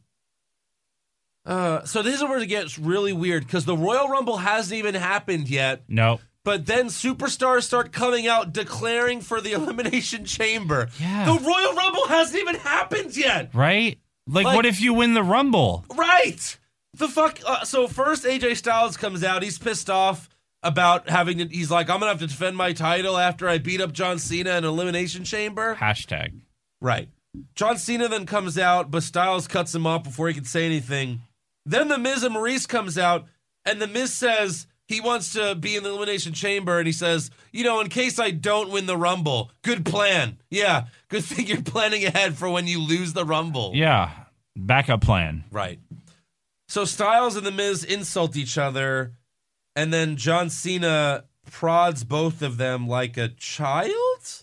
Uh, so this is where it gets really weird because the Royal Rumble hasn't even happened yet,
No.
but then superstars start coming out declaring for the [laughs] Elimination Chamber.
Yeah.
The Royal Rumble hasn't even happened yet.
Right? Like,
Like-
what if you win the Rumble?
Right. The fuck? Uh, so first, AJ Styles comes out. He's pissed off about having to. He's like, I'm gonna have to defend my title after I beat up John Cena in Elimination Chamber.
Hashtag.
Right. John Cena then comes out, but Styles cuts him off before he can say anything. Then the Miz and Maurice comes out, and the Miz says he wants to be in the Elimination Chamber, and he says, you know, in case I don't win the Rumble, good plan. Yeah, good thing you're planning ahead for when you lose the Rumble.
Yeah. Backup plan.
Right. So Styles and the Miz insult each other, and then John Cena prods both of them like a child.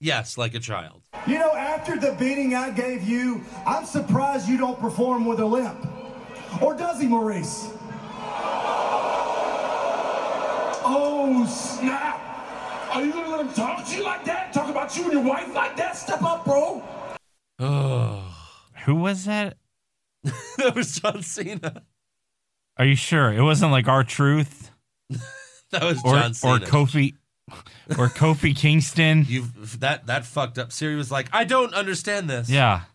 Yes, like a
[sighs]
child.
You know, after the beating I gave you, I'm surprised you don't perform with a limp. Or does he, Maurice? Oh, snap. Are you gonna let him talk to you like that? Talk about you and your wife like that? Step up, bro.
Who was that?
that [laughs] was John Cena.
Are you sure it wasn't like our truth
That was
or
John
or
Cena.
Kofi or
[laughs]
Kofi Kingston?
you that that fucked up. Siri was like, I don't understand this.
Yeah.
Yeah, that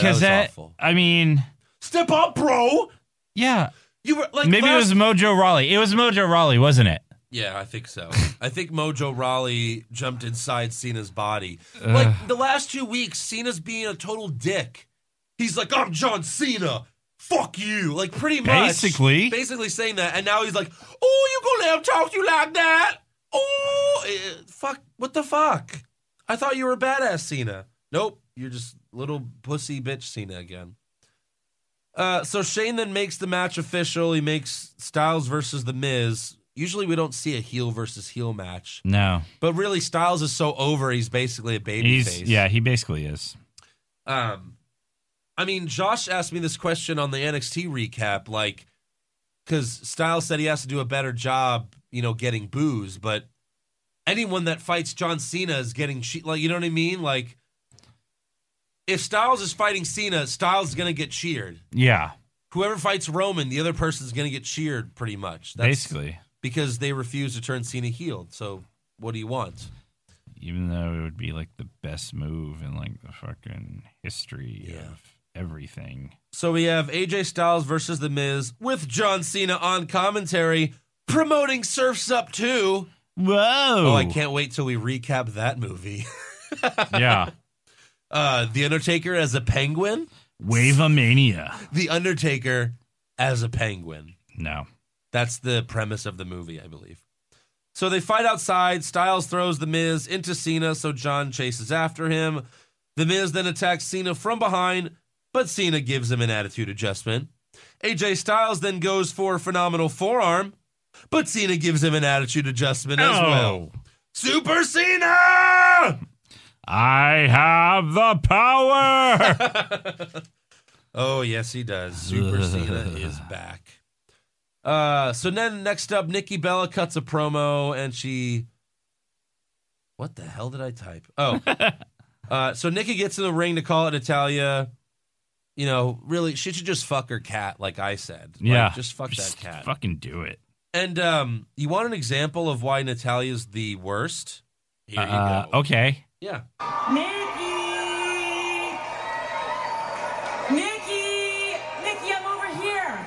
Because
was
that,
awful.
I mean,
Step up, bro.
yeah.
You were like
Maybe it
last-
was Mojo Raleigh. It was Mojo Raleigh, wasn't it?
Yeah, I think so. I think Mojo Raleigh jumped inside Cena's body. Like the last two weeks, Cena's being a total dick. He's like, I'm John Cena. Fuck you. Like pretty much
Basically.
Basically saying that. And now he's like, Oh, you gonna let him talk to you like that? Oh eh, fuck what the fuck? I thought you were a badass Cena. Nope. You're just little pussy bitch Cena again. Uh, so Shane then makes the match official. He makes Styles versus The Miz. Usually we don't see a heel versus heel match,
No.
but really Styles is so over. He's basically a baby
He's,
face.
yeah, he basically is.
Um, I mean, Josh asked me this question on the NXT recap, like, because Styles said he has to do a better job, you know, getting booze, but anyone that fights John Cena is getting cheat. Like, you know what I mean? Like, if Styles is fighting Cena, Styles is gonna get cheered.
Yeah,
whoever fights Roman, the other person's going to get cheered pretty much. That's
basically.
because they refuse to turn Cena heel. So what do you want?
Even though it would be like the best move in like the fucking history
Yeah.
of everything.
So we have AJ Styles versus The Miz with John Cena on commentary promoting Surfs Up 2.
Whoa!
Oh, I can't wait till we recap that movie. [laughs]
Yeah,
Uh, the Undertaker as a penguin,
Wave Mania.
The Undertaker as a penguin.
No,
That's the premise of the movie, I believe. So they fight outside. Styles throws The Miz into Cena, so John chases after him. The Miz then attacks Cena from behind, but Cena gives him an attitude adjustment. AJ Styles then goes for a phenomenal forearm, but Cena gives him an attitude adjustment as
Oh.
well. Super Cena!
I have the
[laughs]
power.
Oh, yes, he does. Super Cena
[laughs]
is back. Uh, so then next up, Nikki Bella cuts a promo and she. What the hell did I type?
[laughs]
Oh. uh, so Nikki gets in the ring to call it Italia. You know, really, she should just fuck her cat, like I said. Like,
yeah,
Just fuck that cat.
Fucking do it.
And um, you want an example of why Natalia's the worst? Here you
Uh,
go.
okay.
Yeah.
Nikki! Nikki! Nikki, I'm over here.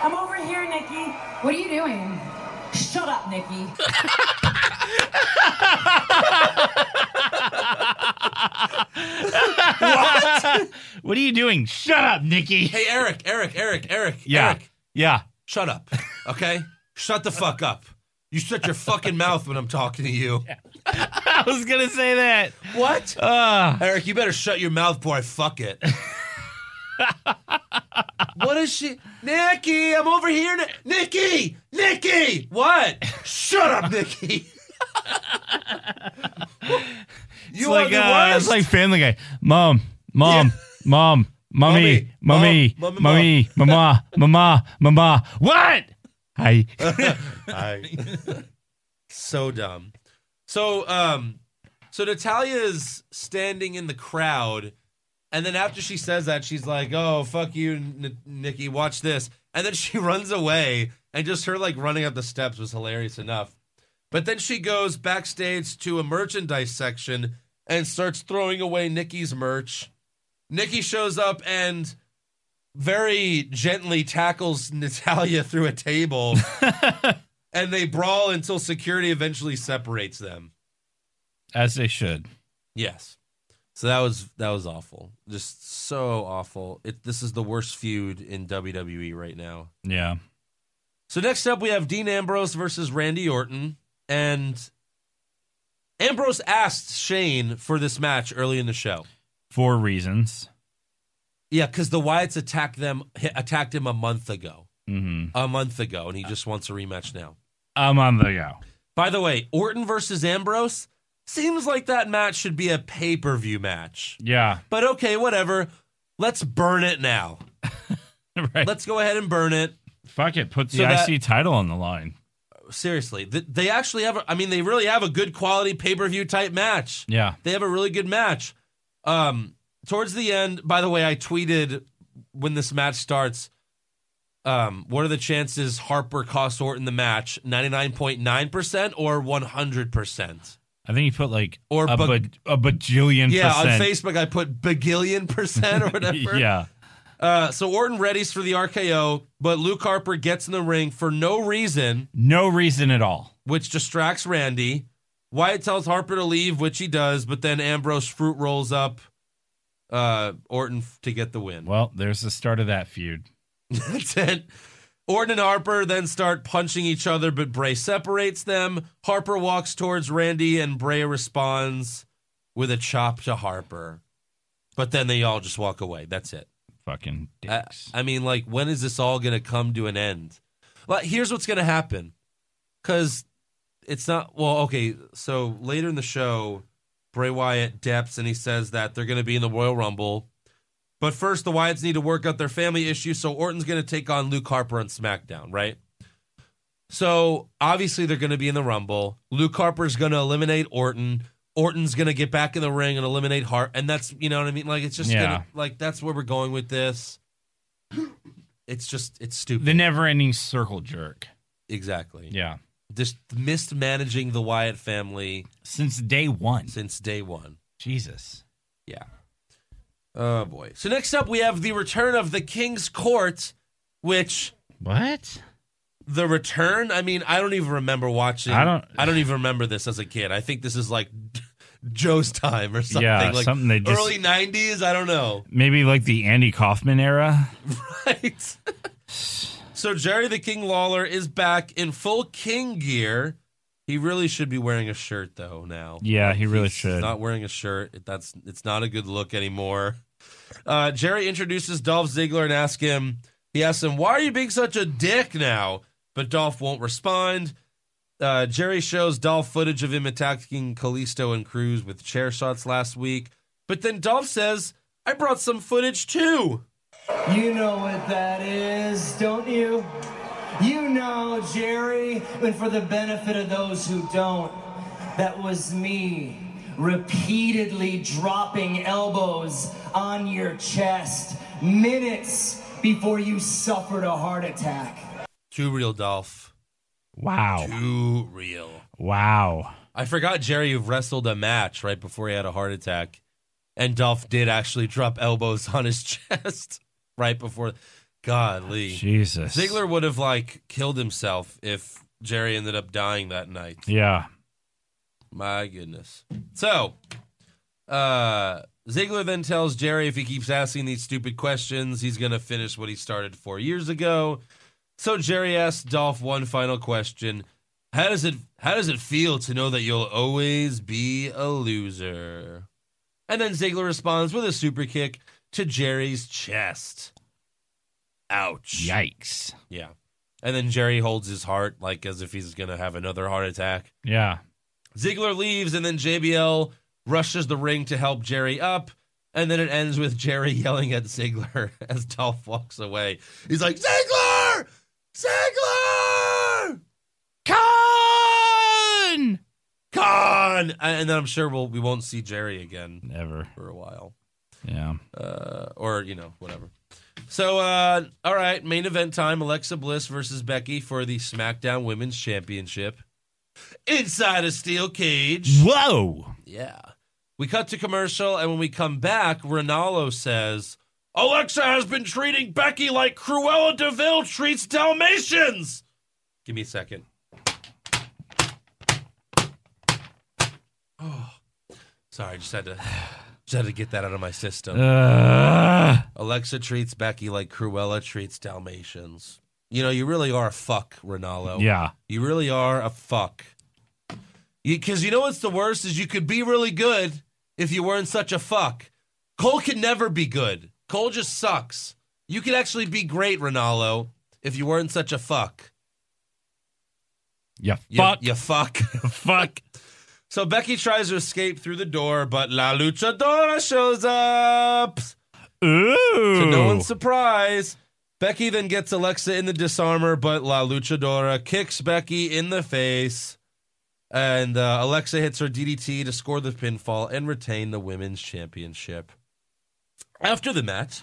I'm over here, Nikki. What are you doing? Shut up, Nikki.
What are you doing? Shut up, Nikki.
Hey, Eric, Eric, Eric, Eric.
yeah,
Eric.
yeah. [laughs]
shut up. Okay? shut the fuck up. You shut your fucking mouth when I'm talking to you.
I was gonna say that.
[laughs] What?
Uh,
Eric, you better shut your mouth before I fuck it. [laughs] what is she? Nikki, I'm over here. Ni- Nikki! Nikki! What? Shut up, [laughs] Nikki. you
it's like
are the
uh,
worst.
it's like Family Guy. Mom, mom, [laughs] mom, mommy,
Mommy,
mommy,
mom, mommy,
mommy,
[laughs]
mama, mama, mama. What? Hi.
so dumb. So um so Natalia is standing in the crowd and then after she says that she's like, "Oh, fuck you, N- Nikki, watch this." And then she [laughs] runs away and just her like running up the steps was hilarious enough. But then she goes backstage to a merchandise section and starts throwing away Nikki's merch. Nikki shows up and very gently tackles [laughs] Natalia through a table, and they brawl until security eventually separates them.
as they should.
Yes. So that was that was awful. Just so awful. It, this is the worst feud in WWE right now.
Yeah.
So next up we have Dean Ambrose versus Randy Orton and Ambrose asked Shane for this match early in the show.
For reasons.
Yeah, cuz the Wyatts attacked them hi- attacked him a month ago. Mm-hmm. A month ago and he just wants a rematch now.
A month ago.
By the way, Orton versus Ambrose seems like that match should be a pay-per-view match.
Yeah. [laughs]
But okay, whatever. Let's burn it now.
Right.
Let's go ahead and burn it.
Fuck it. Put the
So that-
IC title on the line.
Seriously, th- they actually have. A, I mean, they really have a good quality pay per view type match.
Yeah.
they have a really good match. Um, towards the end, by the way, I tweeted when this match starts. Um, what are the chances Harper costs Orton the match? Ninety nine point nine percent or one hundred percent?
I think you put like
Or
a,
bu-
baj- a bajillion
Yeah, on
percent. [laughs]
Facebook I put bagillion percent or whatever.
yeah.
Uh, so Orton readies for the RKO, but Luke Harper gets in the ring for no reason.
No reason at all.
which distracts Randy. Wyatt tells Harper to leave, which he does, but then Ambrose fruit rolls up uh, Orton f- to get the win. [laughs]
Well, there's the start of that feud.
That's it. Orton and Harper then start punching each other, but Bray separates them. Harper walks towards Randy, and Bray responds with a chop to Harper. But then they all just walk away. That's it.
Fucking
I,
dicks.
I mean, like, when is this all going to come to an end? Well, here's what's going to happen. Because it's not, well, okay. So later in the show, Bray Wyatt deps and he says that they're going to be in the Royal Rumble. But first, the Wyatts need to work out their family issues. So Orton's going to take on Luke Harper on SmackDown, right? So obviously, they're going to be in the Rumble. Luke Harper's going to eliminate Orton. Orton's going to get back in the ring and eliminate Hart. And that's, you know what I mean? Like, it's just
Yeah.
going to, like, that's where we're going with this. It's just, it's stupid.
the never ending circle jerk.
exactly.
Yeah.
Just mismanaging the Wyatt family
Since day one.
since day one.
Jesus.
Yeah. Oh boy. So next up we have the return of the King's Court, which
What?
the return, I mean, I don't even remember watching
I don't-
I don't even remember this as a kid. I think this is like [laughs] Joe's time or something.
Yeah,
like
something they just-
early nineties, I don't know. [laughs]
Maybe like the Andy Kaufman era?
Right. so Jerry the King Lawler is back in full king gear. He really should be wearing a shirt though now.
Yeah, he really
He's
should.
Not wearing a shirt. That's it's not a good look anymore. Uh, Jerry introduces Dolph Ziggler and asks him. He asks him, "Why are you being such a dick now?" But Dolph won't respond. Uh, Jerry shows Dolph footage of him attacking Kalisto and Cruz with chair shots last week. But then Dolph says, "I brought some footage too."
You know what that is, don't you? You know, Jerry, and for the benefit of those who don't, that was me repeatedly dropping elbows on your chest minutes before you suffered a heart attack.
Too real, Dolph.
Wow.
Too real.
Wow.
I forgot Jerry wrestled a match right before he had a heart attack, and Dolph did actually drop elbows on his [laughs] chest right before. Godly,
Jesus.
Ziggler would have like killed himself if Jerry ended up dying that night.
Yeah.
My goodness. So, uh, Ziggler then tells Jerry if he keeps asking these stupid questions, he's going to finish what he started four years ago. So Jerry asks Dolph one final question: How does it How does it feel to know that you'll always be a loser? And then Ziggler responds with a super kick to Jerry's chest. Ouch!
Yikes.
Yeah. And then Jerry holds his heart like as if he's going to have another heart attack.
Yeah.
Ziggler leaves, and then JBL rushes the ring to help Jerry up. And then it ends with Jerry [laughs] yelling at Ziggler [laughs] as Dolph walks away. He's like, Ziggler! Ziggler!
Con!
Con! And then I'm sure we'll, we won't see Jerry again
Never.
for a while.
Yeah.
Uh, or, you know, whatever. So, uh, all right, main event time Alexa Bliss versus Becky for the SmackDown Women's Championship. Inside a steel cage.
Whoa.
Yeah. We cut to commercial, and when we come back, Ronaldo says, Alexa has been treating Becky like Cruella DeVille treats Dalmatians. Give me a second. Oh, Oh. sorry. I just had to just had to get that out of my system.
Uh,
Alexa treats Becky like Cruella treats Dalmatians. You know, you really are a fuck, Ronaldo.
Yeah.
You really are a fuck. Because you, know what's the worst is you could be really good if you weren't such a fuck. Cole can never be good. Cole just sucks. You could actually be great, Ronaldo, if you weren't such a fuck.
Yeah.
You,
Fuck.
You fuck. [laughs]
Fuck.
so Becky tries to escape through the door, but La Luchadora shows up.
Ooh.
To no one's surprise, Becky then gets Alexa in the disarmor, but La Luchadora kicks Becky in the face. And uh, Alexa hits her DDT to score the pinfall and retain the women's championship. After the match,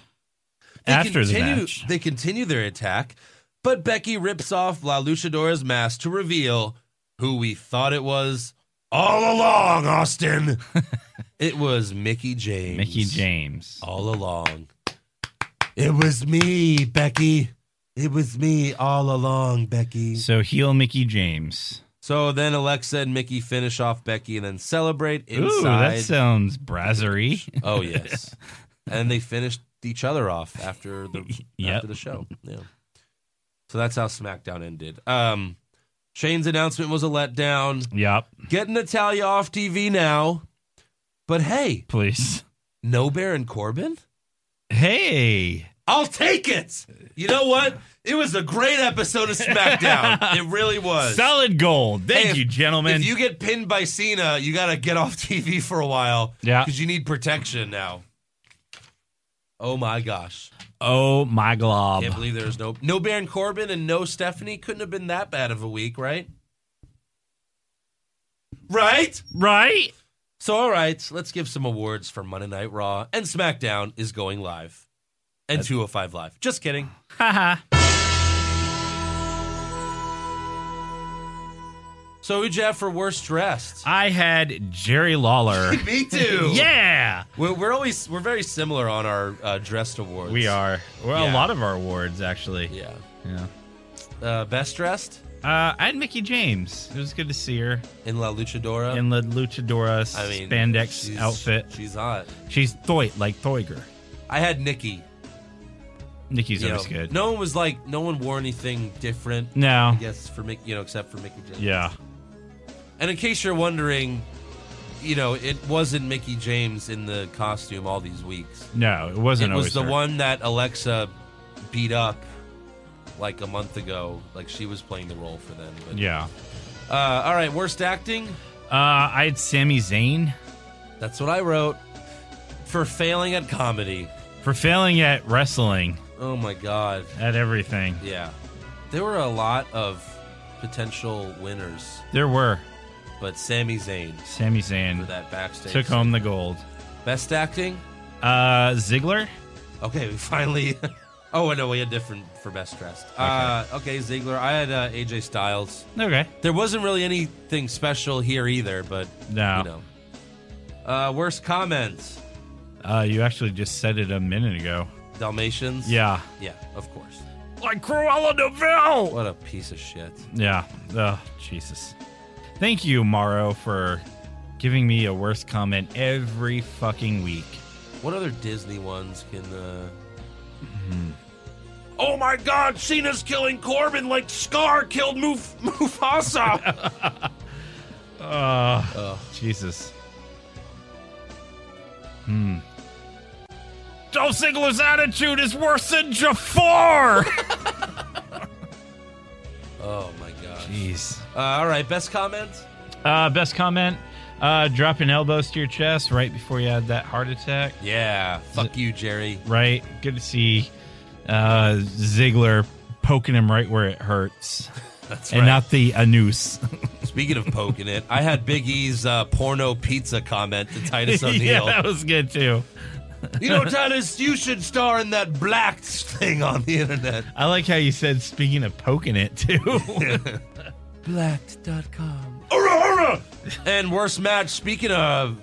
they
After the
continue,
match.
they continue their attack, but Becky rips off La Luchadora's mask to reveal who we thought it was all along,
[laughs]
Austin. it was Mickey James
Mickey James.
all along. It was me, Becky. It was me all along, Becky.
So heel Mickey James.
So then Alexa and Mickey finish off Becky and then celebrate
Ooh,
inside.
that
[laughs]
sounds [laughs] brasserie.
oh yes, and they finished each other off after the
[laughs] Yep.
after the show. Yeah. So that's how SmackDown ended. Um, Shane's announcement was a letdown.
Yep.
Get Natalia off TV now. But hey,
Please.
no Baron Corbin.
Hey.
I'll take it. You know what? It was a great episode of SmackDown. it really was.
Solid gold. Thank
Hey, if-
you, gentlemen.
If you get pinned by Cena, you got to get off [laughs] TV for a while.
Yeah.
Because you need protection now. Oh my gosh.
oh my glob.
Can't believe there's no no Baron Corbin and no Stephanie. Couldn't have been that bad of a week, right? Right?
Right?
So, all right, let's give some awards for Monday Night Raw. And SmackDown is going live. And 205 Live. Just kidding.
Haha.
So, who'd you have for worst dressed?
I had Jerry Lawler.
[laughs] Me too.
yeah.
We're, we're always we're very similar on our uh, dressed awards.
We are. Well,
Yeah.
a lot of our awards, actually.
Yeah.
Yeah.
Uh, best dressed
Uh, I had Mickey James. It was good to see her
in La Luchadora.
in the Luchadora
I mean,
spandex
she's-
outfit.
She's hot.
She's Thoy, like Thoiger.
I had Nikki.
Nikki's
you
always
know.
good.
No one was like no one wore anything different.
No.
I guess for Mickey, you know, except for Mickey James.
Yeah.
And in case you're wondering, you know, it wasn't Mickey James in the costume all these weeks.
No, it wasn't
it
always
was the
her.
one that Alexa beat up like a month ago. Like she was playing the role for them. But
Yeah.
Uh, all right, worst acting.
Uh, I had Sami Zayn
That's what I wrote for failing at comedy.
for failing at wrestling,
Oh my god.
at everything.
Yeah. There were a lot of potential winners,
There were
but Sami Zayn
Sami
for
Zayn
that backstage.
took home the gold.
Best acting?
Uh, Ziggler.
Okay, we finally. [laughs] oh, no, we had different for best dressed. Uh, okay, Ziggler. I had uh, AJ Styles.
Okay.
There wasn't really anything special here either, but
No.
you know. Uh, worst comments?
Uh, you actually just said it a minute ago.
Dalmatians?
Yeah.
Yeah, of course.
Like Cruella Deville.
What a piece of shit.
Yeah. Oh, Jesus. Thank you, Morrow, for giving me a worse comment every fucking week.
What other Disney ones can? Uh...
Mm-hmm.
Oh my God! Cena's killing Corbin like Scar killed Muf- [laughs]
[laughs]
Mufasa.
Jesus. Hmm. Dolph Ziggler's attitude is worse than Jafar.
oh my God!
Jeez.
Uh, all right, best comment.
Uh, best comment: uh, dropping elbows to your chest right before you had that heart attack.
Yeah, fuck you, Jerry.
Right. Good to see uh, Ziggler poking him right where it hurts,
That's
and not the anus.
Speaking of poking it, I had Big E's uh, porno pizza comment
[laughs]
to Titus
yeah,
O'Neil.
that was good too.
You know, Titus, you should star in that black thing on the internet.
I like how you said speaking of poking it too. [laughs] Uh,
Blacked.com. And worst match. Speaking of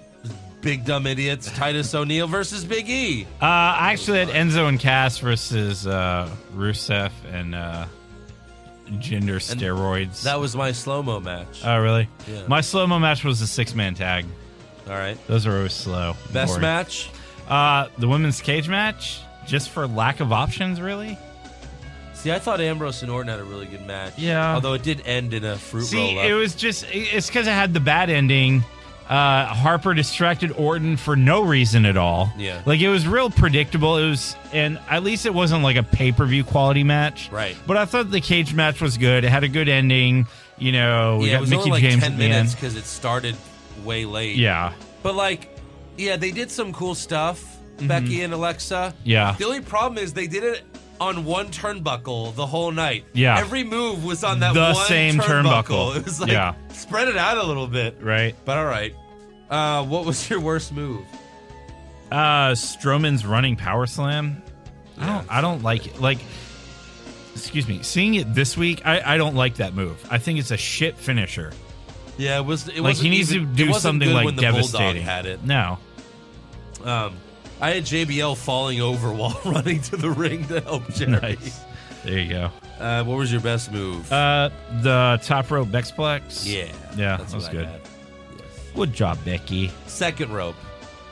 Big dumb idiots. Titus O'Neil versus Big E.
Uh, I actually had Enzo and Cass versus uh, Rusev and uh, gender steroids.
That was my slow mo match.
oh, really?
Yeah.
My slow mo match was a six man tag.
All right.
Those are always slow. and
Best
boring.
match.
Uh, the women's cage match, just for lack of options, really.
See, I thought Ambrose and Orton had a really good match.
Yeah.
Although it did end in a fruit
See,
roll up.
it was just it's because it had the bad ending. Uh, Harper distracted Orton for no reason at all.
Yeah.
like it was real predictable. It was, and at least it wasn't like a pay per view quality match.
Right.
But I thought the cage match was good. It had a good ending. You know, we
yeah,
got
it was
Mickey
only like
James
ten
at the end.
minutes because it started way late.
Yeah,
But like, yeah, they did some cool stuff. Becky and Alexa.
Mm-hmm. Yeah.
The only problem is they did it on one turnbuckle the whole night.
Yeah.
Every move was on that
The
one
same
turnbuckle. [laughs]
turnbuckle.
It was like
Yeah.
spread it out a little bit.
right.
But all right. Uh, what was your worst move?
Uh, Strowman's running power slam. I don't. I don't like it. Like, excuse me. Seeing it this week, I, I don't like that move. I think it's a shit finisher.
Yeah, it was. It
like
wasn't
he needs
even-
to
it
do
wasn't
something
good
like
when the
devastating.
Bulldog had it. [laughs]
No.
Um, I had JBL falling over [laughs] while running to the ring to
[laughs]
help Jerry.
Nice. There you go.
Uh, what was your best move?
Uh, the top rope Bexplex.
yeah,
Yeah,
that's
that was
what I
good.
had.
Good job, Becky.
Second rope,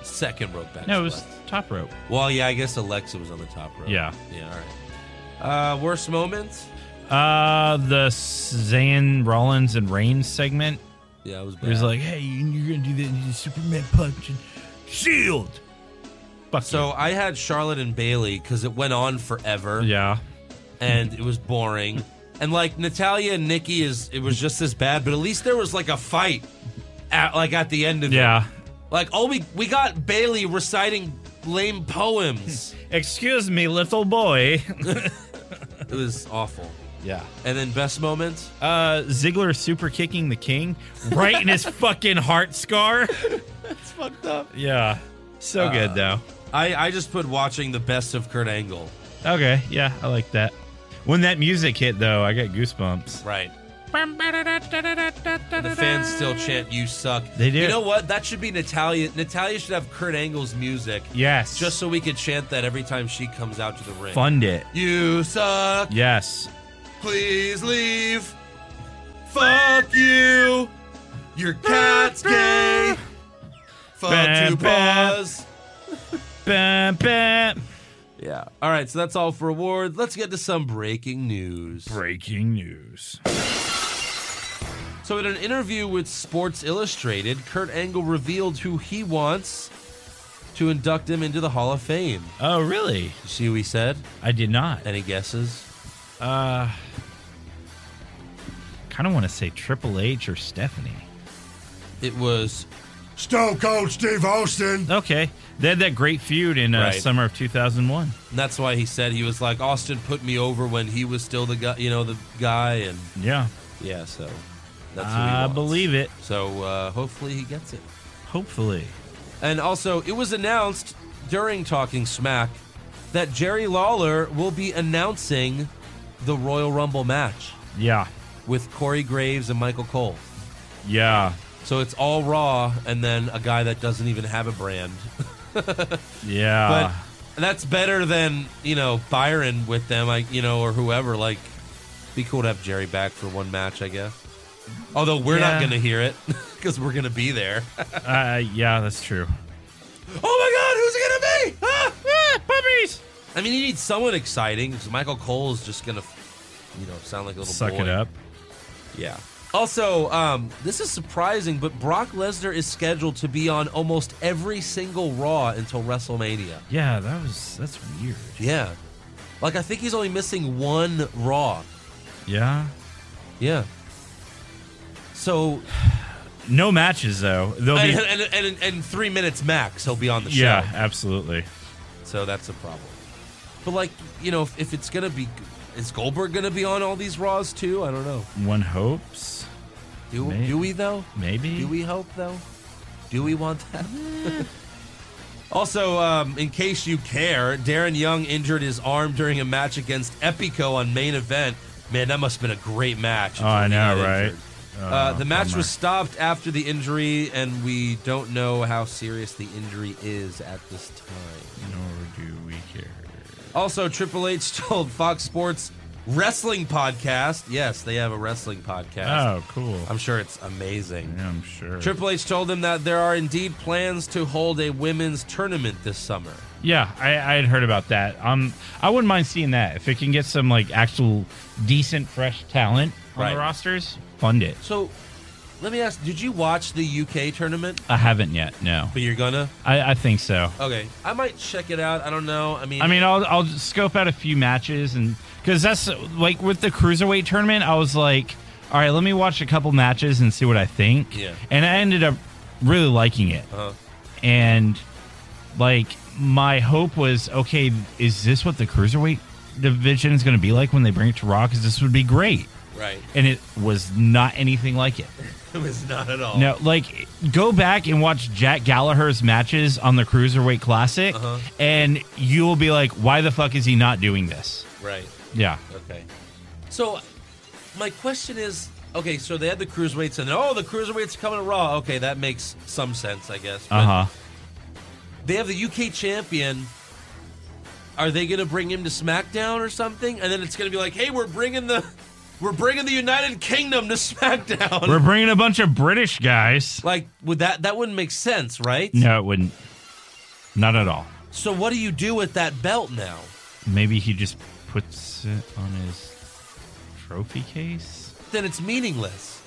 second rope back.
No, it was
split.
top rope.
Well, yeah, I guess Alexa was on the top rope.
Yeah.
yeah. All right. Uh, worst moments?
Uh, the Zayn Rollins and Reigns segment.
Yeah, it was. Bad.
It was like, hey, you're gonna do the, the Superman punch and Shield. Fuck
so I had Charlotte and Bailey because it went on forever.
you. yeah,
and it was
[laughs]
boring. And like Natalia and Nikki is, it was just as bad. But at least there was like a fight, at, like at the end of it.
yeah.
Like oh, we we got Bailey reciting lame
[laughs]
poems.
Excuse me, little boy. [laughs]
it was awful.
yeah.
And then best moments.
Uh, Ziggler super kicking the king right
[laughs]
in his fucking heart scar. it's fucked up. Yeah. So good though.
I I just put watching the best of Kurt Angle.
Okay, yeah, I like that. When that music hit, though, I got goosebumps.
Right. The fans still chant "You suck."
They do.
You know what? That should be Natalia. Natalia should have Kurt Angle's music,
Yes,
just so we could chant that every time she comes out to the ring.
fund it.
You suck.
Yes,
Please leave. Fuck you. Your cat's gay. Fuck
Bam,
you,
bam.
paws.
bam, bam.
Yeah. All right. So that's all for awards. Let's get to some breaking news.
Breaking news.
So, in an interview with Sports Illustrated, Kurt Angle revealed who he wants to induct him into the Hall of Fame.
Oh, really?
You see, who he said.
I did not.
Any guesses?
Uh, kind of want to say Triple H or Stephanie.
It was
Stone Cold Steve Austin.
Okay, they had that great feud in uh,
Right.
summer of two thousand one.
And that's why he said he was like Austin put me over when he was still the guy, you know, the guy, and
Yeah,
yeah. So that's who he
I
wants.
believe it.
So uh, hopefully he gets it.
Hopefully,
And also, it was announced during Talking Smack that Jerry Lawler will be announcing the Royal Rumble match
yeah,
with Corey Graves and Michael Cole.
yeah,
So it's all Raw, and then a guy that doesn't even have a brand. But
yeah.
that's better than you know Byron with them, like you know, or whoever. Like, be cool to have Jerry back for one match, I guess. Although we're not
Yeah.
going to hear it [laughs] because we're going to be there. [laughs]
uh, yeah, that's true.
oh my God, who's it going to be? Ah!
Ah, puppies.
I mean, you need someone exciting because Michael Cole is just gonna, you know, sound like a little
Suck
boy.
it up.
Yeah. Also, um, this is surprising, but Brock Lesnar is scheduled to be on almost every single Raw until WrestleMania.
Yeah, that was that's weird.
Yeah. Like I think he's only missing one Raw.
Yeah.
Yeah. So
No matches though.
[laughs]
They'll be
and, and, and, and, and three minutes max, he'll be on the show.
Yeah, absolutely.
So that's a problem. But like you know, if, if it's gonna be, is Goldberg gonna be on all these Raws too? I don't know.
One hopes.
Do
Maybe.
do we though?
Maybe.
Do we hope though? Do we want that?
Mm.
[laughs] also, um, in case you care, Darren Young injured his arm during a match against Epico on main event. Man, that must have been a great match.
Oh, I
until he
know,
got
right? Oh,
injured. Uh, the match was stopped after the injury, and we don't know how serious the injury is at this time.
Nor do we care.
Also, Triple H [laughs] told Fox Sports Wrestling Podcast. Yes, they have a wrestling podcast.
Oh, cool.
Uh, I'm sure it's amazing.
Yeah, I'm sure.
Triple H told them that there are indeed plans to hold a women's tournament this summer.
Yeah, I, I had heard about that. Um, I wouldn't mind seeing that if it can get some like actual decent fresh talent on
Right.
the rosters. Fund it.
So, let me ask: Did you watch the UK tournament?
I haven't yet. No,
But you're gonna.
I, I think so.
Okay, I might check it out. I don't know. I mean,
I mean, I'll I'll scope out a few matches and because that's like with the cruiserweight tournament, I was like, all right, let me watch a couple matches and see what I think.
Yeah.
and I ended up really liking it. And like my hope was, okay, is this what the cruiserweight division is going to be like when they bring it to Raw? Because this would be great.
right?
And it was not anything like it.
[laughs] It was not at all.
No, like go back and watch Jack Gallagher's matches on the Cruiserweight Classic,
Uh-huh.
and you will be like, why the fuck is he not doing this?
Right.
Yeah.
Okay. So, my question is okay, so they had the cruiserweights, and oh, the cruiserweights are coming to Raw. Okay, that makes some sense, I guess. But
Uh huh.
They have the UK champion. Are they going to bring him to SmackDown or something? And then it's going to be like, hey, we're bringing the. [laughs] We're bringing the United Kingdom to [laughs] SmackDown.
We're bringing a bunch of British
[laughs]
guys.
like, would that that wouldn't make sense, right?
No, it wouldn't. Not at all.
So, what do you do with that belt now?
Maybe he just puts it on his trophy case.
Then it's meaningless.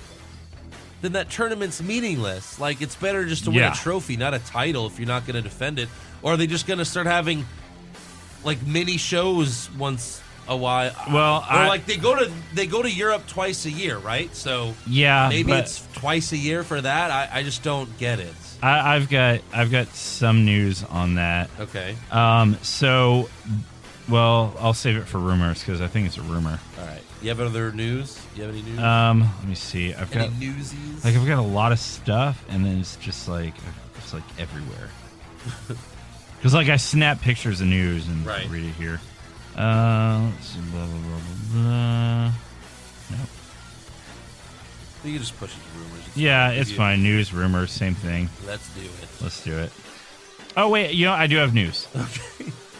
Then that tournament's meaningless. Like, it's better just to win
Yeah.
a trophy, not a title, if you're not going to defend it. Or are they just going to start having like mini shows once a while?
Well,
or
I-
like they go to they go to Europe twice a year, right? So
Yeah,
maybe
but-
it's twice a year for that. I, I just don't get it.
I, I've got I've got some news on that.
Okay,
Um. So, well, I'll save it for rumors because I think it's a rumor.
all right. You have other news? You have any news?
Um. Let me see. I've
any
got
newsies?
Like I've got a lot of stuff, and then it's just like it's like
[laughs]
everywhere. Because like I snap pictures of news and
Right.
read it here. Uh, let's see, blah blah blah blah blah.
you can just push it to rumors.
Yeah,
If
it's
you-
fine. News, rumors, same thing.
Let's do it.
Let's do it. Oh wait, you know I do have news. [laughs]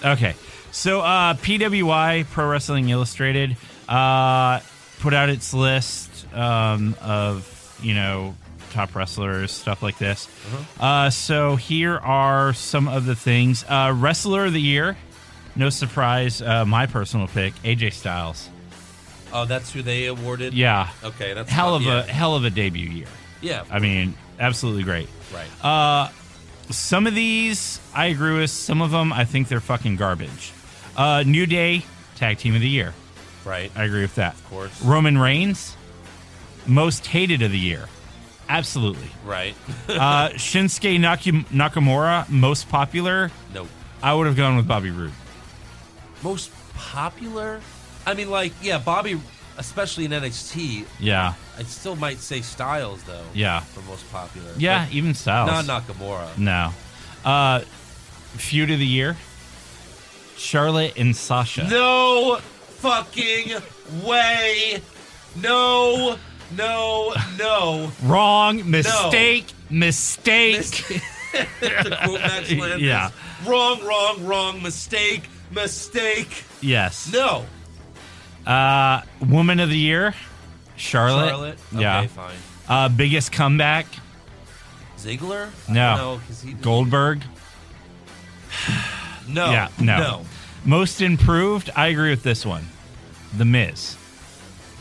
Okay. Okay. So uh, PWI Pro Wrestling Illustrated uh, put out its list um, of you know top wrestlers stuff like this. uh so here are some of the things. Uh, Wrestler of the Year, no surprise. Uh, my personal pick, AJ Styles.
Oh, that's who they awarded.
Yeah.
Okay, that's
Hell
not-
of
yeah.
a hell of a debut year.
Yeah.
I mean, uh, absolutely great.
right.
Some of these I agree with. Some of them I think they're fucking garbage. Uh, New Day, Tag Team of the Year.
right.
I agree with that. Of
course.
Roman Reigns, Most Hated of the Year.
[laughs]
Absolutely.
right.
Uh, Shinsuke Nakim- Nakamura, Most Popular.
no.
I would have gone with Bobby Roode.
Most popular? I mean, like, yeah, Bobby, especially in NXT,
Yeah.
I still might say Styles, though.
Yeah.
For most popular.
Yeah, even Styles.
But not Nakamura.
No. Uh, Feud of the Year, Charlotte and Sasha.
No fucking way. No, no, no.
Wrong. Mistake. Mistake.
to
[laughs]
quote Max Landis.
Yeah.
Wrong, wrong, wrong. Mistake, mistake.
Yes.
No.
Uh, Woman of the Year, Charlotte.
Charlotte.
Yeah.
Okay, fine.
Uh, biggest comeback,
Ziggler?
No.
No, because he.
Goldberg.
No.
yeah. No.
Oh, No.
Most improved. I agree with this one. The Miz.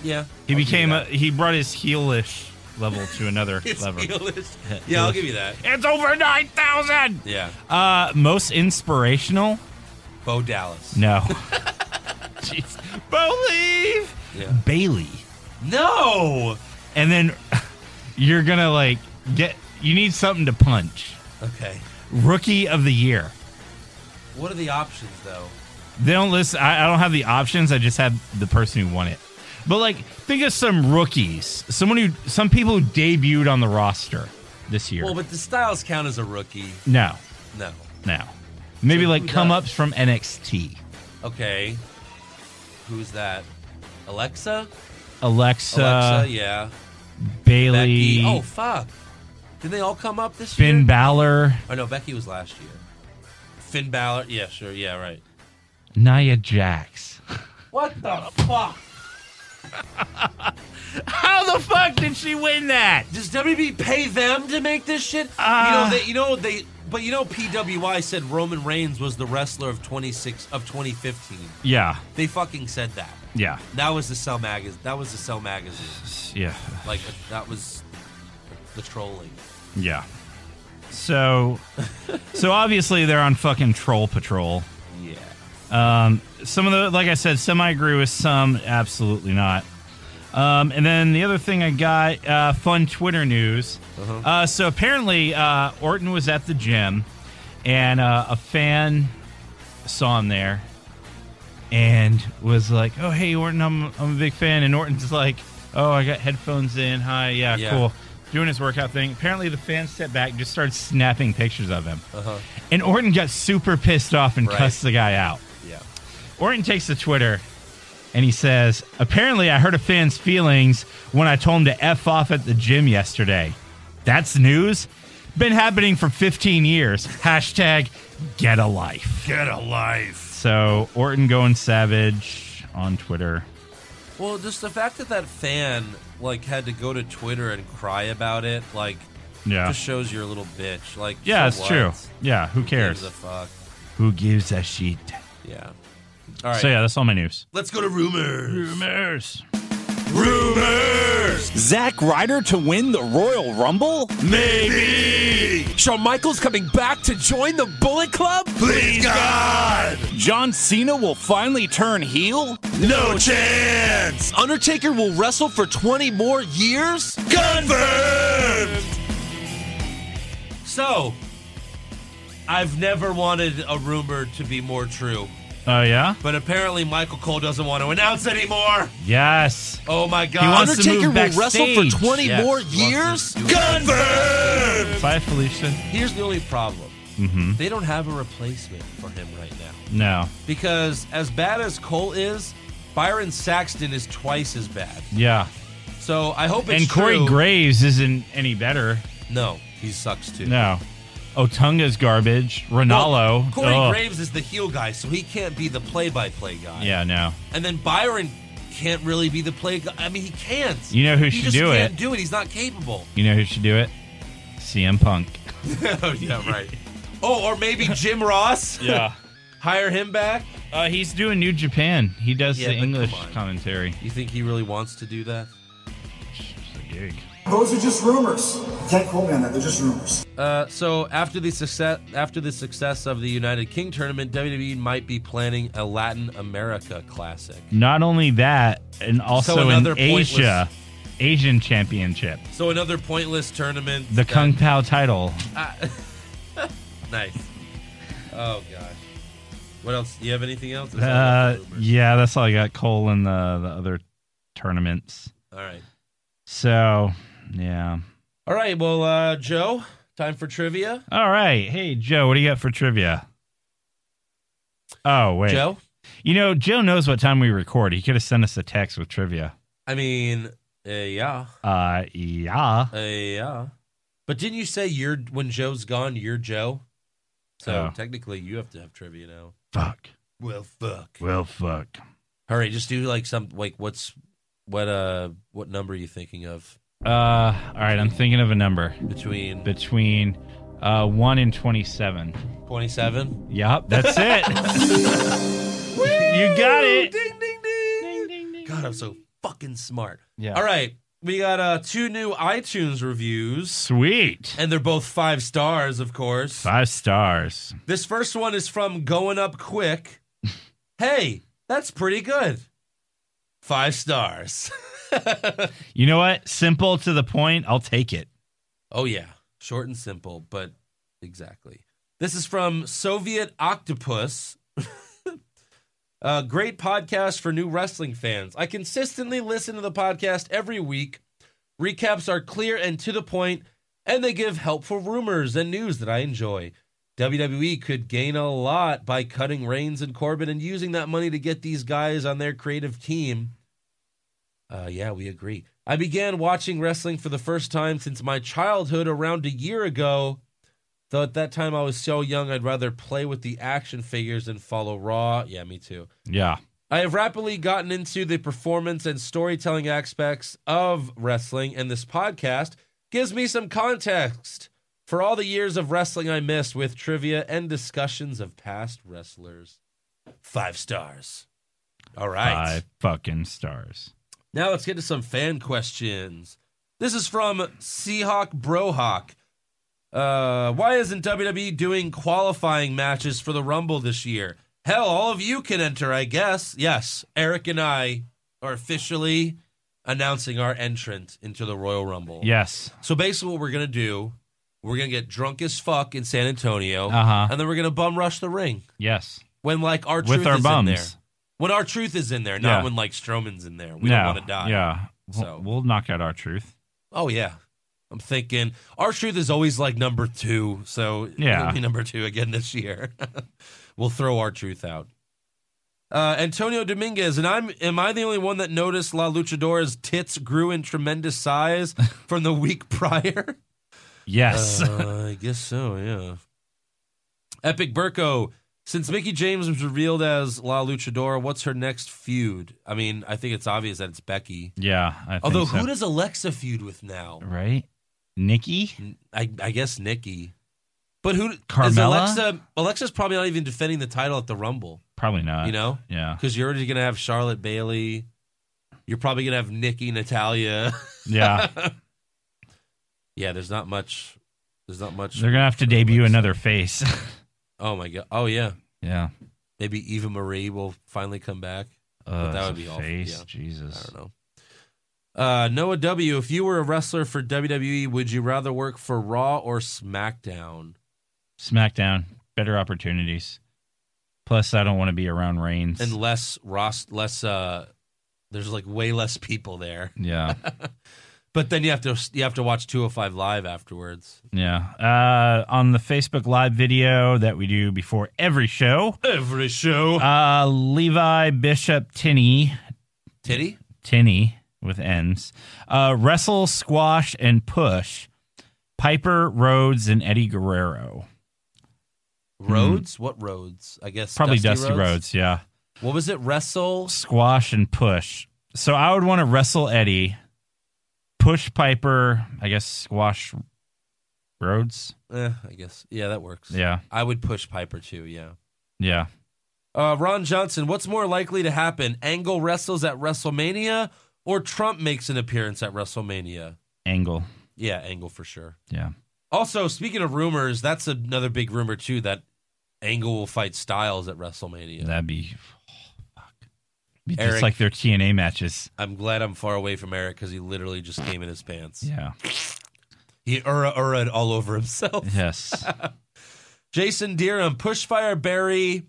Yeah. I'll
He
give you
became a.
that.
He brought his heelish level
[laughs]
to another
It's
level. [laughs]
heelish. Yeah, I'll give you that.
It's over nine thousand.
Yeah.
Uh, most inspirational.
Bo Dallas. [laughs]
No. Jeez. Believe.
Yeah.
Bailey.
No.
And then [laughs] you're gonna like get. You need something to punch.
Okay.
Rookie of the year.
What are the options though?
They don't list. I, I don't have the options. I just have the person who won it. But like, think of some rookies. Someone who, some people who debuted on the roster this year.
Well, but the Styles count as a rookie.
no,
No.
no. Maybe
So
like
who
come
does?
ups from NXT.
Okay. Who's that? Alexa?
Alexa,
Alexa, yeah. Becky.
Bailey,
Oh fuck! Did they all come up this year?
Finn Balor,
Oh no, Becky was last year. Finn Balor. Yeah, sure. Yeah, right.
Nia Jax.
What the fuck?
[laughs] How the fuck did she win that?
Does WB pay them to make this shit?
Uh.
you know, they, you know they. But you know, PWI said Roman Reigns was the wrestler of twenty six of twenty fifteen.
Yeah,
They fucking said that.
yeah,
That was the Cell magazine. That was the Cell magazine.
yeah,
Like that was the trolling.
yeah. So, so obviously they're on fucking troll patrol.
Yeah.
some of the like I said, some I agree with, some absolutely not. Um, and then the other thing I got, uh, fun Twitter news.
Uh-huh.
uh so apparently, uh, Orton was at the gym, and uh, a fan saw him there, and was like, "Oh, hey, Orton, I'm I'm a big fan." And Orton's like, "Oh, I got headphones in. Hi, yeah,
Yeah.
cool." Doing his workout thing. Apparently, the fan stepped back, and just started snapping pictures of him, and Orton got super pissed off and
Uh-huh. Right.
cussed the guy out.
Yeah.
Orton takes to Twitter and he says, Apparently, I hurt a fan's feelings when I told him to F off at the gym yesterday. That's news? Been happening for 15 years. Hashtag get a life.
Get a life.
So, Orton going savage on Twitter.
Well, just the fact that that fan like had to go to Twitter and cry about it, like,
Yeah.
just shows you're a little bitch. Like,
yeah,
so
it's
what?
true. Yeah, who
Who gives
cares?
a fuck?
Who gives a shit?
Yeah. All right.
So, yeah, that's all my news.
Let's go to rumors.
Rumors.
Rumors.
Zack Ryder to win the Royal Rumble?
Maybe.
Shawn Michaels coming back to join the Bullet Club?
Please God.
John Cena will finally turn heel?
No chance.
Undertaker will wrestle for 20 more years?
Confirmed.
So, I've never wanted a rumor to be more true,
Oh, yeah?
but apparently Michael Cole doesn't want to announce anymore.
Yes.
Oh my God!
He wants to
Undertaker
move
will wrestle for
backstage.
20
Yes.
more
He wants to
years?
do it.
Confirmed.
Bye, Felicia.
Here's the only problem.
Mm-hmm.
They don't have a replacement for him right now.
No.
Because as bad as Cole is, Byron Saxton is twice as bad.
Yeah.
So I hope it's
and Corey
true.
Graves isn't any better.
No, he sucks too.
No. Otunga's garbage. Ronaldo.
Well, Corey
Ugh.
Graves is the heel guy, so he can't be the play-by-play guy.
Yeah, no.
And then Byron can't really be the play guy. I mean, he can't.
You know who
he
should
just
do
can't
it.
do it. He's not capable.
You know who should do it? CM Punk.
[laughs] oh, yeah, right. Oh, or maybe Jim [laughs] Ross.
Yeah.
Hire him back.
[laughs] uh, he's doing New Japan. He does
Yeah,
the
but come
English
on.
commentary.
You think he really wants to do that?
It's a gig.
Those are just rumors. You can't quote me on that. They're just rumors.
Uh, so after the success after the success of the United King tournament, WWE might be planning a Latin America Classic.
Not only that, and also in
another pointless-
Asia, Asian Championship,
So another pointless tournament.
the Kung Pao title.
Nice. Oh gosh. What else? You have anything else? That's all I
Uh,
got for rumors.
yeah, that's all I got. Cole and the, the other tournaments.
All right.
So, yeah.
All right. Well, uh, Joe, time for trivia.
All right. Hey, Joe, what do you got for trivia? Oh, wait.
Joe,
You know, Joe knows what time we record. He could have sent us a text with trivia.
I mean, uh, yeah,
Uh, yeah.
uh, yeah. But didn't you say you're when Joe's gone, you're Joe? So
Oh.
technically, you have to have trivia now.
Fuck.
Well, fuck.
Well, fuck.
Hurry, just do like some like what's what uh what number are you thinking of
Uh, all right. I'm thinking of a number
between
between uh 1 and 27.
twenty seven? [laughs]
Yup, that's it. [laughs] you got it.
Ding ding ding.
ding, ding.
God, I'm so fucking smart.
Yeah.
All right, we got uh two new iTunes reviews.
Sweet.
And they're both five stars, of course.
Five stars.
This first one is from Going Up Quick. hey, that's pretty good. Five stars. [laughs]
You know what? Simple to the point. I'll take it.
Oh, yeah. Short and simple, but exactly. This is from Soviet Octopus. [laughs] uh, great podcast for new wrestling fans. I consistently listen to the podcast every week. Recaps are clear and to the point, and they give helpful rumors and news that I enjoy. WWE could gain a lot by cutting Reigns and Corbin and using that money to get these guys on their creative team. Uh, yeah, we agree. I began watching wrestling for the first time since my childhood around a year ago. Though at that time I was so young, I'd rather play with the action figures than follow Raw. Yeah, me too.
Yeah.
I have rapidly gotten into the performance and storytelling aspects of wrestling, and this podcast gives me some context for all the years of wrestling I missed with trivia and discussions of past wrestlers. Five stars. All right.
Five fucking stars.
Now let's get to some fan questions. This is from Seahawk Brohawk. Uh, why isn't WWE doing qualifying matches for the Rumble this year? Hell, all of you can enter, I guess. Yes, Eric and I are officially announcing our entrant into the Royal Rumble.
Yes.
So basically, what we're gonna do, we're gonna get drunk as fuck in San Antonio,
Uh-huh.
and then we're gonna bum rush the ring
Yes.
when like our
With
truth
our
is
bums.
in there. When our truth is in there, not
Yeah.
when like Strowman's in there. We
no.
don't want to die.
Yeah. We'll,
So-
we'll knock out our truth.
Oh yeah. I'm thinking our truth is always like number two, so
Yeah.
it'll be number two again this year. [laughs] we'll throw our truth out. Uh, Antonio Dominguez and I'm. Am I the only one that noticed La Luchadora's tits grew in tremendous [laughs] size from the week prior?
Yes.
Uh, I guess so, yeah. Epic Burko, since Mickey James was revealed as La Luchadora, what's her next feud? I mean, I think it's obvious that it's Becky.
[laughs] yeah. I think
Although,
so.
who does Alexa feud with now?
Right? Nikki?
I, I guess Nikki. But who? Is
Carmella?
Alexa, Alexa's probably not even defending the title at the Rumble,
Probably not.
you know?
Uh, Yeah.
[laughs] Because you're already going to have Charlotte Bailey. You're probably going to have Nikki, Natalia. [laughs]
Yeah.
yeah, there's not much. There's not much.
They're going to have to debut another face.
[laughs] Oh, my God. Oh, yeah.
yeah.
Maybe Eva Marie will finally come back.
Uh,
that
it's
would
a
be awful,
face.
yeah. I
Jesus.
don't know. Uh, Noah W., if you were a wrestler for WWE, would you rather work for Raw or SmackDown?
SmackDown. Better opportunities. Plus, I don't want to be around Reigns.
And less Ross, less. Uh, there's like way less people there.
yeah.
But then you have to you have to watch 205 live afterwards.
Yeah. Uh, on the Facebook Live video that we do before every [laughs] show,
Every show,
uh, Levi Bishop Tinney,
titty.
Tinney with N's, uh, wrestle, squash, and push Piper, Rhodes, and Eddie Guerrero.
Roads? What roads? I guess
Hmm. Probably Dusty, Rhodes. yeah.
What was it? Wrestle.
Squash and push. So I would want to wrestle Eddie, push Piper, I guess squash Rhodes.
Eh, I guess. Yeah, that works.
Yeah.
I would push Piper too. Yeah.
Yeah.
Uh, Ron Johnson, what's more likely to happen? Angle wrestles at WrestleMania or Trump makes an appearance at WrestleMania?
Angle.
Yeah, Angle for sure.
Yeah.
Also, speaking of rumors, that's another big rumor too that Angle will fight Styles at WrestleMania.
That'd be, [sighs] oh, fuck. Be
Eric.
just like their TNA matches.
I'm glad I'm far away from Eric because he literally just came in his pants.
Yeah.
He ura ura'd all over himself.
[laughs] Yes.
Jason Deerham, Pushfire Barry.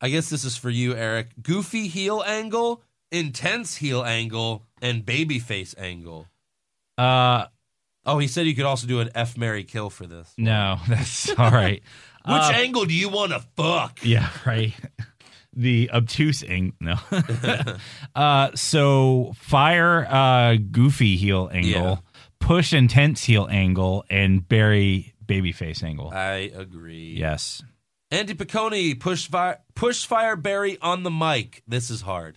I guess this is for you, Eric. Goofy heel angle, intense heel angle, and babyface angle.
uh,
Oh, he said you could also do an F Mary kill for this.
no, [laughs] that's all right.
Which
Uh,
angle do you want to fuck?
Yeah, right. The obtuse angle. No. [laughs] uh, so fire uh, goofy heel angle,
Yeah.
push intense heel angle, and bury babyface angle.
I agree.
yes.
Andy Piccone, push fire, push fire Barry on the mic. This is hard.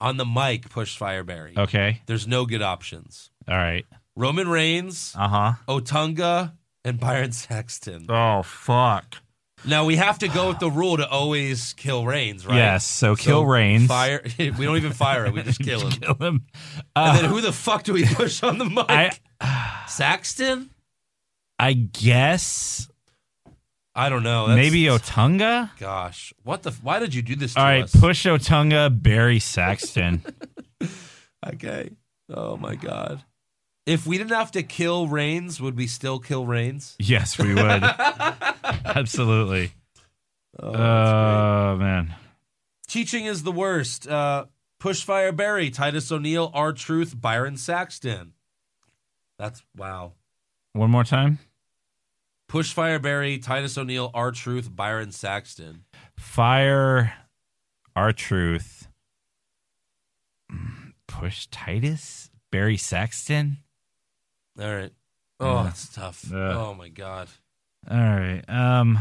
On the mic, push fire Barry.
Okay.
There's no good options.
All right.
Roman Reigns,
Uh huh.
Otunga, and Byron Saxton.
Oh fuck.
Now we have to go with the rule to always kill Reigns, right?
Yes, so kill Reigns.
Fire. [laughs] We don't even fire him. We just kill him.
[laughs] Kill him. Uh,
and then who the fuck do we push on the mic?
I
Saxton?
I guess
I don't know. That's-
maybe Otunga.
Gosh, what the? Why did you do this? To
All right,
us?
push Otunga,
[laughs]
Barry Saxton.
Okay. Oh my god. If we didn't have to kill Reigns, would we still kill Reigns?
yes, we would. Absolutely.
Oh,
Oh,
that's great.
man.
Teaching is the worst. Uh, push fire Barry, Titus O'Neil, R Truth, Byron Saxton. That's wow.
One more time.
Push fire Barry, Titus O'Neil, R Truth, Byron Saxton.
Fire our truth. Mm, push Titus? Barry Saxton?
All right. Oh,
Ugh.
that's tough.
Ugh.
Oh my god.
All right. Um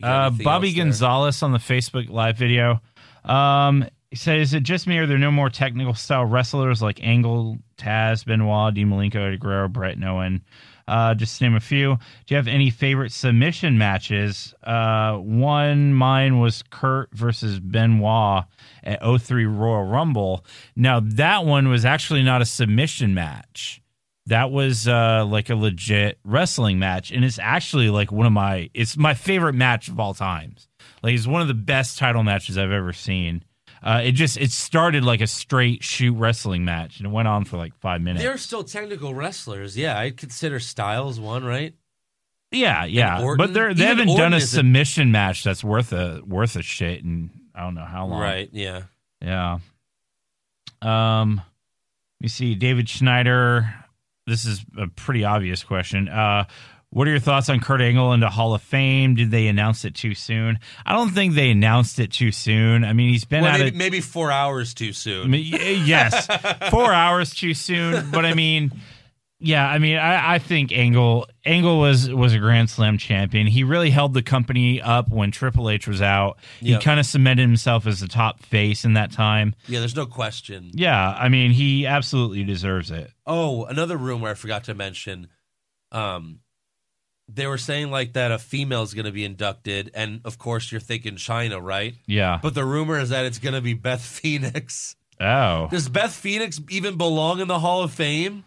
You got
uh,
anything
Bobby
else there?
Gonzalez on the Facebook live video. Um he said, is it just me or are there no more technical style wrestlers like Angle, Taz, Benoit, Dean Malenko, Eddie Guerrero, Brett and Owen? Uh, just to name a few. Do you have any favorite submission matches? Uh, one mine was Kurt versus Benoit at 03 Royal Rumble. Now that one was actually not a submission match that was uh, like a legit wrestling match, and it's actually like one of my it's my favorite match of all times. Like it's one of the best title matches I've ever seen. Uh, it just it started like a straight shoot wrestling match, and it went on for like five minutes.
They're still technical wrestlers. Yeah, I'd consider Styles one, right?
yeah, yeah,
Orton-
but they're, they
even
haven't
Orton
done a
isn't-
submission match that's worth a worth a shit, and I don't know how long.
Right. Yeah.
Yeah. Um, you see David Schneider. This is a pretty obvious question. Uh, what are your thoughts on Kurt Angle into Hall of Fame? Did they announce it too soon? I don't think they announced it too soon. I mean, he's been
Well,
at
maybe,
it.
maybe four hours too
I
soon.
mean, y-
[laughs]
yes, four hours too soon. But I mean, yeah, I mean, I, I think Angle Angle was was a Grand Slam champion. He really held the company up when Triple H was out.
Yeah.
He kind of cemented himself as the top face in that time.
yeah, there's no question.
Yeah, I mean, he absolutely deserves it.
Oh, another rumor I forgot to mention. Um, they were saying like that a female's going to be inducted, and of course you're thinking China, right?
Yeah.
But the rumor is that it's going to be Beth [laughs] Phoenix.
Oh,
Does Beth Phoenix even belong in the Hall of Fame?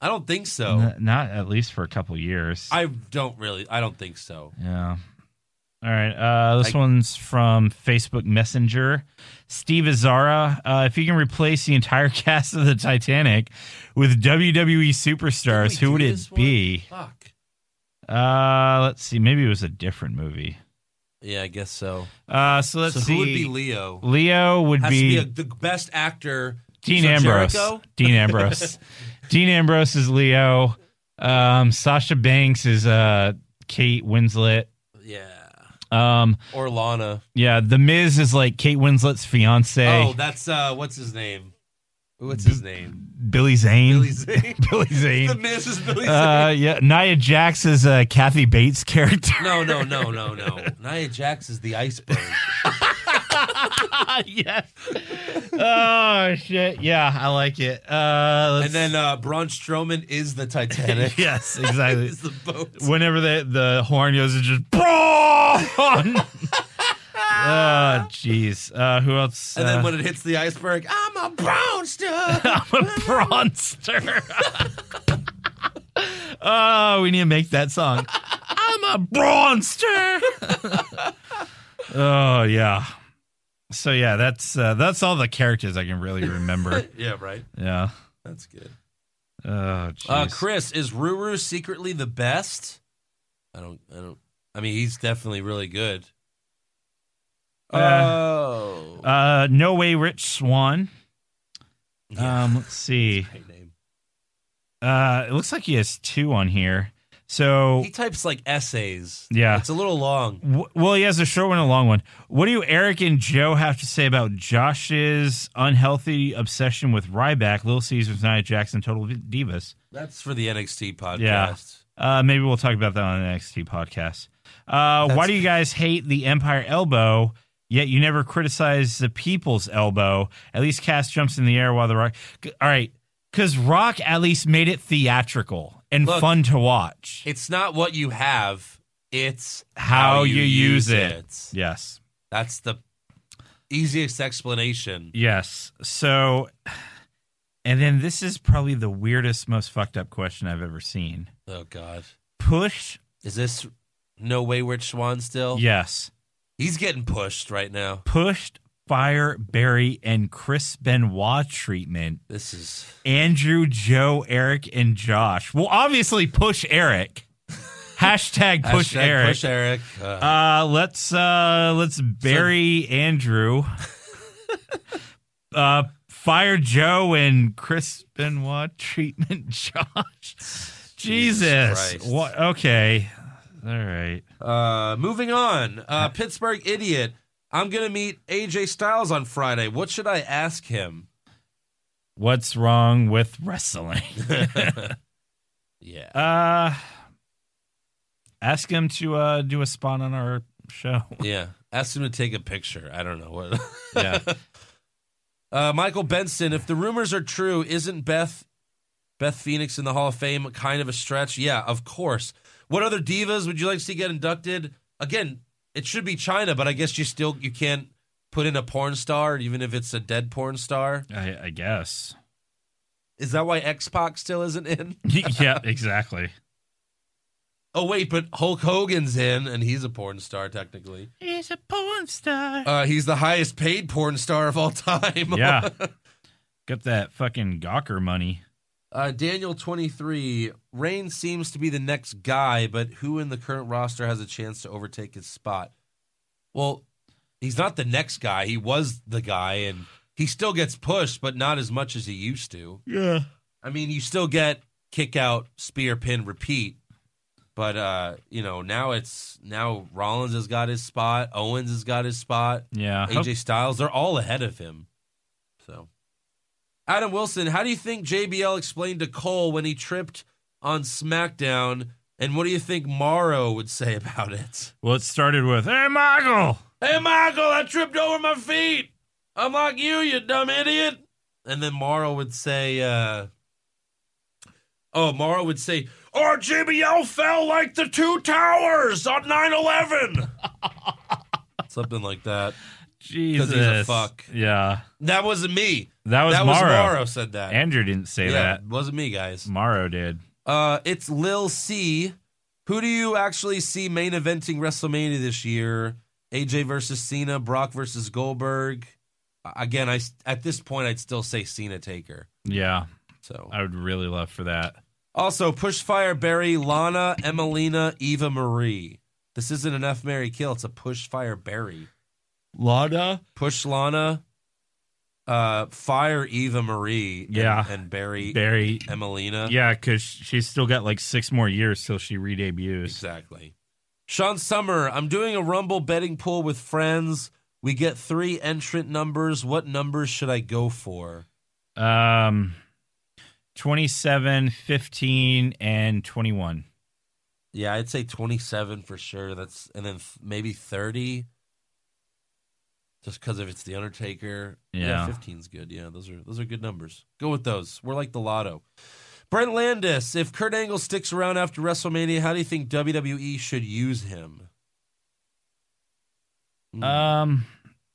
I don't think so.
Oh. N- not at least for a couple years.
I don't really. I don't think so.
yeah. All right. Uh, this
I-
one's from Facebook Messenger. Steve Azara. Uh, if you can replace the entire [laughs] cast of the Titanic with WWE superstars,
Did we
who would
do
it
this one?
be?
Fuck.
Uh, let's see. Maybe it was a different movie.
Yeah, I guess so.
Uh, so let's
so
see.
who would be Leo?
Leo would
Has
be,
to be a, the best actor.
Dean
So
Ambrose.
Jericho? [laughs]
Dean Ambrose. Dean Ambrose is Leo. Um, Sasha Banks is uh, Kate Winslet.
Yeah.
Um,
Or Lana.
yeah, The Miz is like Kate Winslet's fiance.
Oh, that's uh, what's his name? What's his name?
[laughs] Billy Zane.
Billy [laughs] Zane.
Billy Zane.
the Miz is Billy Zane.
Uh, yeah, Nia Jax is uh, Kathy Bates' character.
No, no, no, no, no. Nia Jax is the iceberg.
[laughs] yes. Oh shit! Yeah, I like it. Uh,
and
let's-
then uh, Braun Strowman is the Titanic.
[laughs] yes,
[laughs]
exactly.
Is the boat.
whenever the the horn goes, it's
[laughs]
just brawn. oh jeez. Uh, who else?
And then
uh, [laughs]
when it hits the iceberg, I'm a [laughs] brownster.
I'm
[laughs]
a prawnster. oh, we need to make that song. I'm a
[laughs]
prawnster. oh yeah. So yeah, that's uh, that's all the characters I can really
[laughs]
remember.
yeah, right.
yeah.
That's good.
Oh, jeez.
Uh, Chris, is Ruru secretly the best? I don't. I don't. I mean, he's definitely really good. oh,
Uh, no way, Rich Swan.
Yeah.
Um, let's see.
Great name.
Uh, it looks like he has two on here. So
He types like essays.
Yeah.
it's a little long.
W- Well, he has a short one and a long one. What do you, Eric and Joe, have to say about Josh's unhealthy obsession with Ryback, Little Caesars, Nia Jackson, Total Divas?
That's for the NXT podcast.
Yeah. Uh, maybe we'll talk about that on the NXT podcast. Uh, why
That's-
do you guys hate the Empire Elbow, yet you never criticize the People's Elbow? At least Cass jumps in the air while the Rock. G- All right, because Rock at least made it theatrical and
Look,
fun to watch.
It's not what you have; it's
How, you, use it. Yes.
That's the easiest explanation.
Yes. So, and then this is probably the weirdest, most fucked up question I've ever seen.
Oh God,
Push?
is this no wayward Schwan still?
Yes.
he's getting pushed right now.
Pushed Fire Barry and Chris Benoit treatment.
This is
Andrew, Joe, Eric, and Josh. Well, obviously, push Eric. [laughs] Hashtag push
Hashtag
Eric.
Push Eric. Uh,
Uh, let's uh, let's bury Andrew. uh, fire Joe and Chris Benoit treatment. [laughs] Josh, Jesus,
Christ.
what? Okay, all right.
Uh, moving on. Uh, Pittsburgh idiot. I'm going to meet AJ Styles on Friday. What should I ask him?
What's wrong with wrestling? [laughs]
yeah.
Uh, ask him to uh, do a spot on our show.
Yeah. Ask him to take a picture. I don't know what.
Yeah. [laughs]
Uh, Michael Benson, if the rumors are true, isn't Beth Beth Phoenix in the Hall of Fame kind of a stretch? Yeah, of course. What other divas would you like to see get inducted? Again, it should be China, but I guess you still you can't put in a porn star, even if it's a dead porn star.
I, I guess.
Is that why X Pac still isn't in?
[laughs]
[laughs]
yeah, exactly.
Oh wait, but Hulk Hogan's in, and he's a porn star technically.
He's a porn star.
Uh, he's the highest paid porn star of all time.
Yeah.
[laughs]
Got that fucking Gawker money.
Uh, Daniel 23, Reign seems to be the next guy, but who in the current roster has a chance to overtake his spot? Well, he's not the next guy. He was the guy, and he still gets pushed, but not as much as he used to.
Yeah.
I mean, you still get kick out, spear, pin, repeat. But uh, you know, now it's now Rollins has got his spot, Owens has got his spot,
Yeah.
AJ Styles, they're all ahead of him. So, Adam Wilson, how do you think JBL explained to Cole when he tripped on SmackDown? And what do you think Morrow would say [laughs] about it?
Well, it started with, "Hey, Michael."
Hey, Michael, I tripped over my feet. I'm like you, you dumb idiot. And then Morrow would say, uh, Oh, Morrow would say, "Oh, Or JBL fell like the two towers on 9 [laughs] 11. Something like that.
Jesus.
he's a fuck.
Yeah.
That wasn't me.
That was
that was
Morrow.
Morrow said that.
Andrew didn't say
yeah,
that.
it wasn't me, guys.
Morrow did.
Uh, it's Lil C. Who do you actually see main eventing WrestleMania this year? AJ versus Cena, Brock versus Goldberg. Uh, Again, I s- at this point I'd still say Cena Taker.
Yeah.
So
I would really love for that.
also Pushfire Barry, Lana, Emelina, Eva Marie. This isn't an F Mary Kill. It's a Pushfire Barry.
Lada?
Push Lana. Uh, fire Eva Marie. and-
Yeah.
and, Barry,
Barry.
Emelina.
Yeah, because she's still got like six more years till she redebuts.
Exactly. Sean Summer, I'm doing a Rumble betting pool with friends. We get three entrant numbers. What numbers should I go for?
Um, 27, 15, and 21.
Yeah, I'd say 27 for sure. That's and then th- maybe 30. Just because if it's the Undertaker,
Yeah.
15's good. Yeah, those are those are good numbers. Go with those. We're like the lotto. Brent Landis, if Kurt Angle sticks around after WrestleMania, how do you think WWE should use him? Hmm.
Um,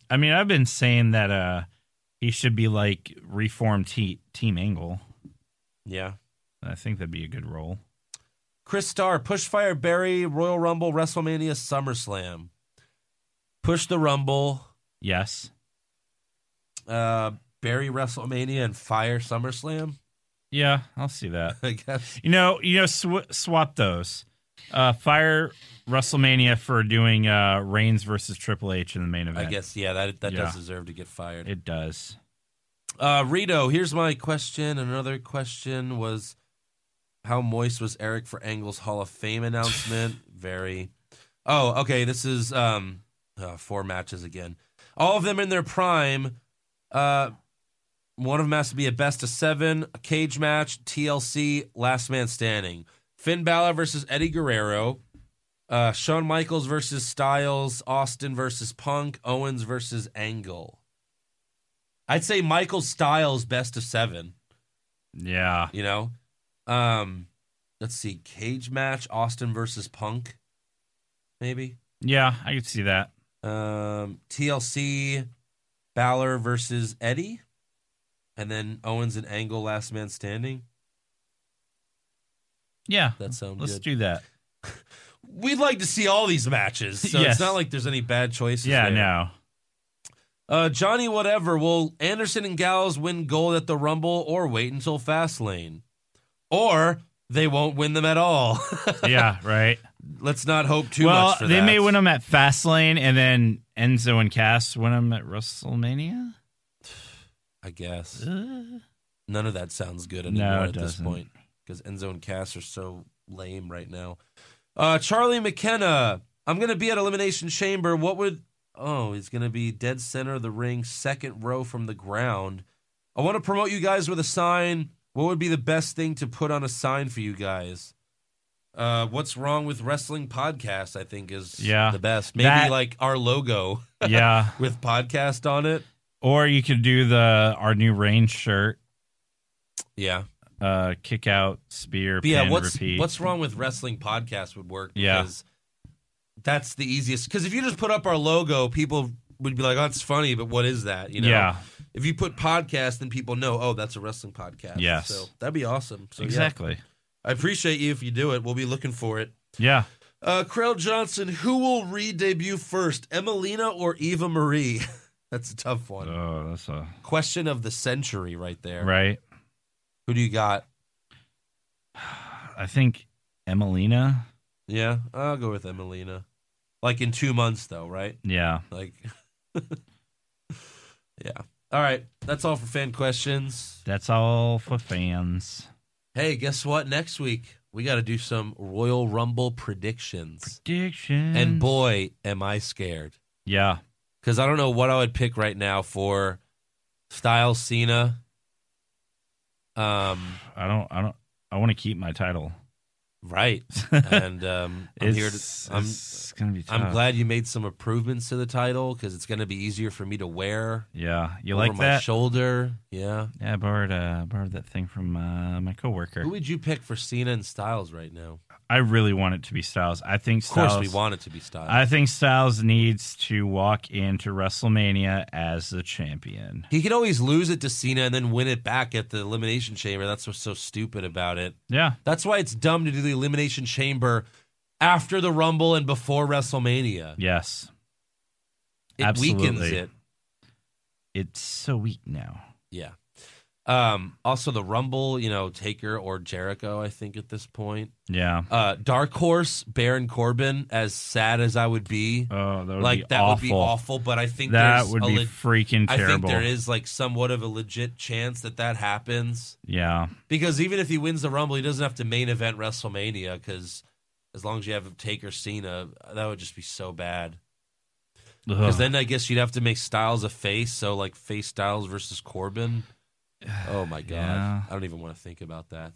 I mean, I've been saying that uh, he should be like reformed te- Team Angle.
yeah.
I think that'd be a good role.
Chris Starr, Push Fire Barry, Royal Rumble, WrestleMania, SummerSlam. Push the Rumble,
Yes.
uh, Barry WrestleMania, and Fire SummerSlam, [laughs]
Yeah, I'll see that.
I guess.
You know, you know, sw- swap those. Uh, fire WrestleMania for doing uh, Reigns versus Triple H in the main event.
I guess, yeah, that, that
Yeah.
does deserve to get fired.
it does.
Uh, Rito, here's my question. Another question was how moist was Eric for Angle's Hall of Fame announcement? Very. Oh, okay. This is um, uh, four matches again. All of them in their prime. Uh, one of them has to be a best of seven, a cage match, TLC, last man standing. Finn Balor versus Eddie Guerrero. Uh, Shawn Michaels versus Styles, Austin versus Punk, Owens versus Angle. I'd say Michael Styles best of seven.
Yeah.
You know, um, let's see, cage match Austin versus Punk, maybe.
Yeah, I could see that.
Um, TLC Balor versus Eddie, and then Owens and Angle last man standing.
Yeah.
That sounds
Let's
good.
do that.
We'd like to see all these matches, so
Yes.
it's not like there's any bad choices.
Yeah,
there. [laughs]
no.
Uh, Johnny, whatever. Will Anderson and Gals win gold at the Rumble, or wait until Fastlane, or they won't win them at all? [laughs]
Yeah, right.
Let's not hope too
well,
much for
they
that.
may win them at Fastlane, and then Enzo and Cass win them at WrestleMania.
[laughs] I guess.
Uh,
None of that sounds good
No,
anymore
it
at this
doesn't.
point because Enzo and Cass are so lame right now. Uh, Charlie McKenna, I'm going to be at Elimination Chamber. What would oh, he's going to be dead center of the ring, second row from the ground. I want to promote you guys with a sign. What would be the best thing to put on a sign for you guys? Uh, what's wrong with wrestling podcast? I think is
Yeah.
the best. Maybe
That-
like our logo, [laughs]
Yeah.
with podcast on it.
Or you could do the our new range shirt,
Yeah,
uh, kick out, spear,
But yeah,
pin,
what's
repeat.
what's wrong with wrestling podcast would work
Yeah.
because that's the easiest. Because if you just put up our logo, people would be like, "Oh, it's funny," but what is that? You know.
Yeah.
If you put podcast, then people know, "Oh, that's a wrestling podcast."
Yes.
So that'd be awesome. So, yeah.
exactly?
I appreciate you if you do it. We'll be looking for it.
Yeah.
Uh, Krell Johnson, who will re-debut first, Emelina or Eva Marie? [laughs] that's a tough one.
Oh, that's a
Question of the century, right there.
right.
Who do you got?
I think Emelina.
Yeah, I'll go with Emelina. Like in two months, though, right?
Yeah.
Like, [laughs] yeah. All right. That's all for fan questions.
That's all for fans.
Hey, guess what? Next week, we got to do some Royal Rumble predictions.
Diction.
And boy, am I scared.
yeah.
Because I don't know what I would pick right now for Styles Cena. Um,
I don't I don't I want to keep my title.
right.
[laughs]
And um, I'm
it's,
here to. I'm,
it's gonna be tough.
I'm glad you made some improvements to the title because it's going to be easier for me to wear
Yeah. You
over
like
my
that?
shoulder. Yeah.
yeah, I borrowed uh borrowed that thing from uh, my coworker.
Who would you pick for Cena and Styles right now?
I really want it to be Styles. I think
Of course,
Styles
we want it to be Styles.
I think Styles needs to walk into WrestleMania as the champion.
he could always lose it to Cena and then win it back at the Elimination Chamber. That's what's so stupid about it.
Yeah.
That's why it's dumb to do the Elimination Chamber after the Rumble and before WrestleMania.
Yes.
It weakens
absolutely.
it.
It's so weak now.
Yeah. Um, also, the Rumble, you know, Taker or Jericho, I think, at this point.
Yeah.
Uh, Dark Horse, Baron Corbin, as sad as I would be.
Oh, that would
like
be
that
awful.
would be awful, but I think
That
there's
would
a
be
leg-
freaking
I
terrible.
think there is like somewhat of a legit chance that that happens
Yeah.
because even if he wins the Rumble, he doesn't have to main event WrestleMania because as long as you have Taker Cena, that would just be so bad. Because
Ugh.
then I guess you'd have to make Styles a face, so like face Styles versus Corbin. Oh
[sighs]
my god,
Yeah.
I don't even want to think about that.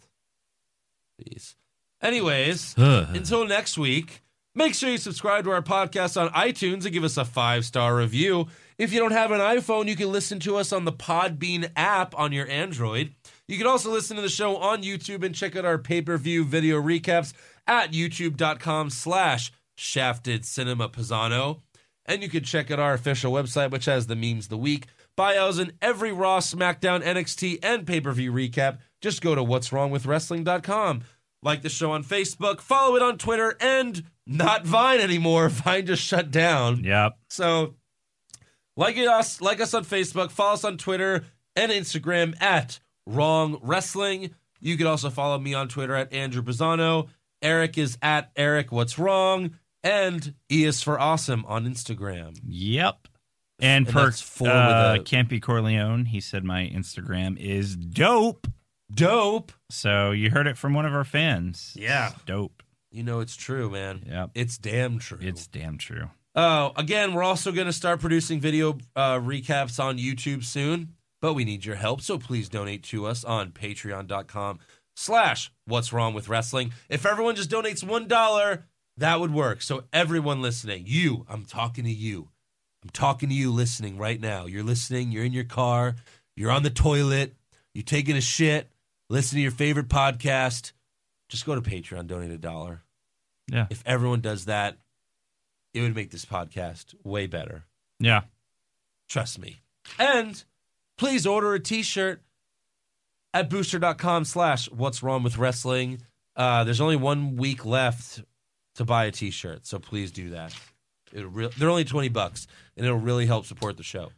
Jeez. Anyways,
Ugh.
until next week, make sure you subscribe to our podcast on iTunes and give us a five star review. If you don't have an iPhone, you can listen to us on the Podbean app on your Android. You can also listen to the show on YouTube and check out our pay per view video recaps at youtube.com slash shafted cinema pisano. And you can check out our official website, which has the memes of the week, bios, and every Raw, SmackDown, NXT, and pay per view recap. Just go to what's wrong with wrestling.com. Like the show on Facebook, follow it on Twitter, and not Vine anymore. [laughs] Vine just shut down.
Yep.
So, like it us, like us on Facebook, follow us on Twitter and Instagram at Wrong Wrestling. You can also follow me on Twitter at Andrew Pisano. Eric is at Eric What's Wrong, and E is for Awesome on Instagram.
Yep.
And
And, for
that's four with
uh,
a-
Campy Corleone, he said my Instagram is dope.
Dope.
So you heard it from one of our fans.
Yeah.
It's dope.
You know it's true, man.
Yep.
It's damn true.
It's damn true.
Oh, again, we're also going to start producing video uh, recaps on YouTube soon, but we need your help, so please donate to us on patreon.com slash what's wrong with wrestling. If everyone just donates $1, that would work. So everyone listening, you, I'm talking to you. I'm talking to you listening right now. You're listening, you're in your car, you're on the toilet, you're taking a shit, listen to your favorite podcast. Just go to Patreon, donate a dollar.
Yeah.
If everyone does that, it would make this podcast way better.
Yeah.
Trust me. And please order a t-shirt at booster.com slash what's wrong with wrestling. Uh, there's only one week left to buy a t-shirt, so please do that. It'll re- they're only 20 bucks, and it'll really help support the show.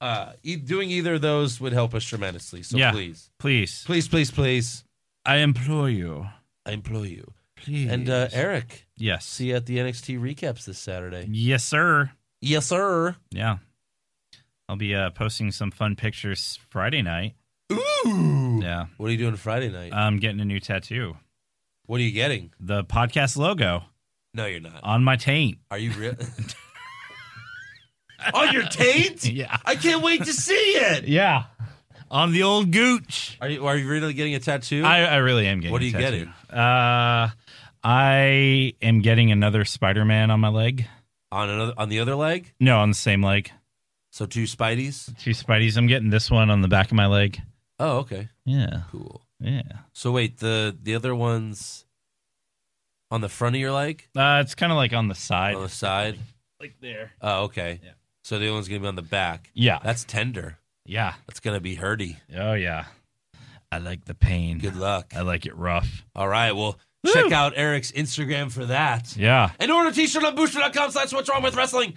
Uh, e- doing either of those would help us tremendously, so
yeah.
please.
Please.
Please, please, please,
I implore you.
I implore you.
Please.
And uh, Eric,
Yes.
see you at the NXT recaps this Saturday.
Yes, sir.
Yes, sir.
Yeah. I'll be uh, posting some fun pictures Friday night.
Ooh.
Yeah.
What are you doing Friday night?
I'm getting a new tattoo.
what are you getting? Uh,
The podcast logo
No, you're not.
[laughs] on my taint.
Are you real? on your taint?
[laughs] Yeah.
I can't wait to see it.
Yeah. On the old gooch.
Are you, are you really getting a tattoo?
I, I really am getting
What are
a
you
tattoo. Uh, I am getting another Spider Man on my leg.
on another on the other leg?
No, on the same leg.
So two Spideys?
Two Spideys. I'm getting this one on the back of my leg.
Oh, okay.
Yeah.
Cool.
Yeah.
So wait, the the other one's on the front of your leg?
Uh, it's kind of like on the side.
On the side?
Like there.
Oh, okay.
Yeah.
So the other one's gonna be on the back.
Yeah.
That's tender.
Yeah.
That's gonna be hurdy.
Oh, yeah. I like the pain.
Good luck.
I like it rough.
All right. Well, check out Eric's Instagram for that.
Yeah.
And order a t-shirt on booster.com slash what's wrong with wrestling.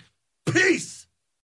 Peace.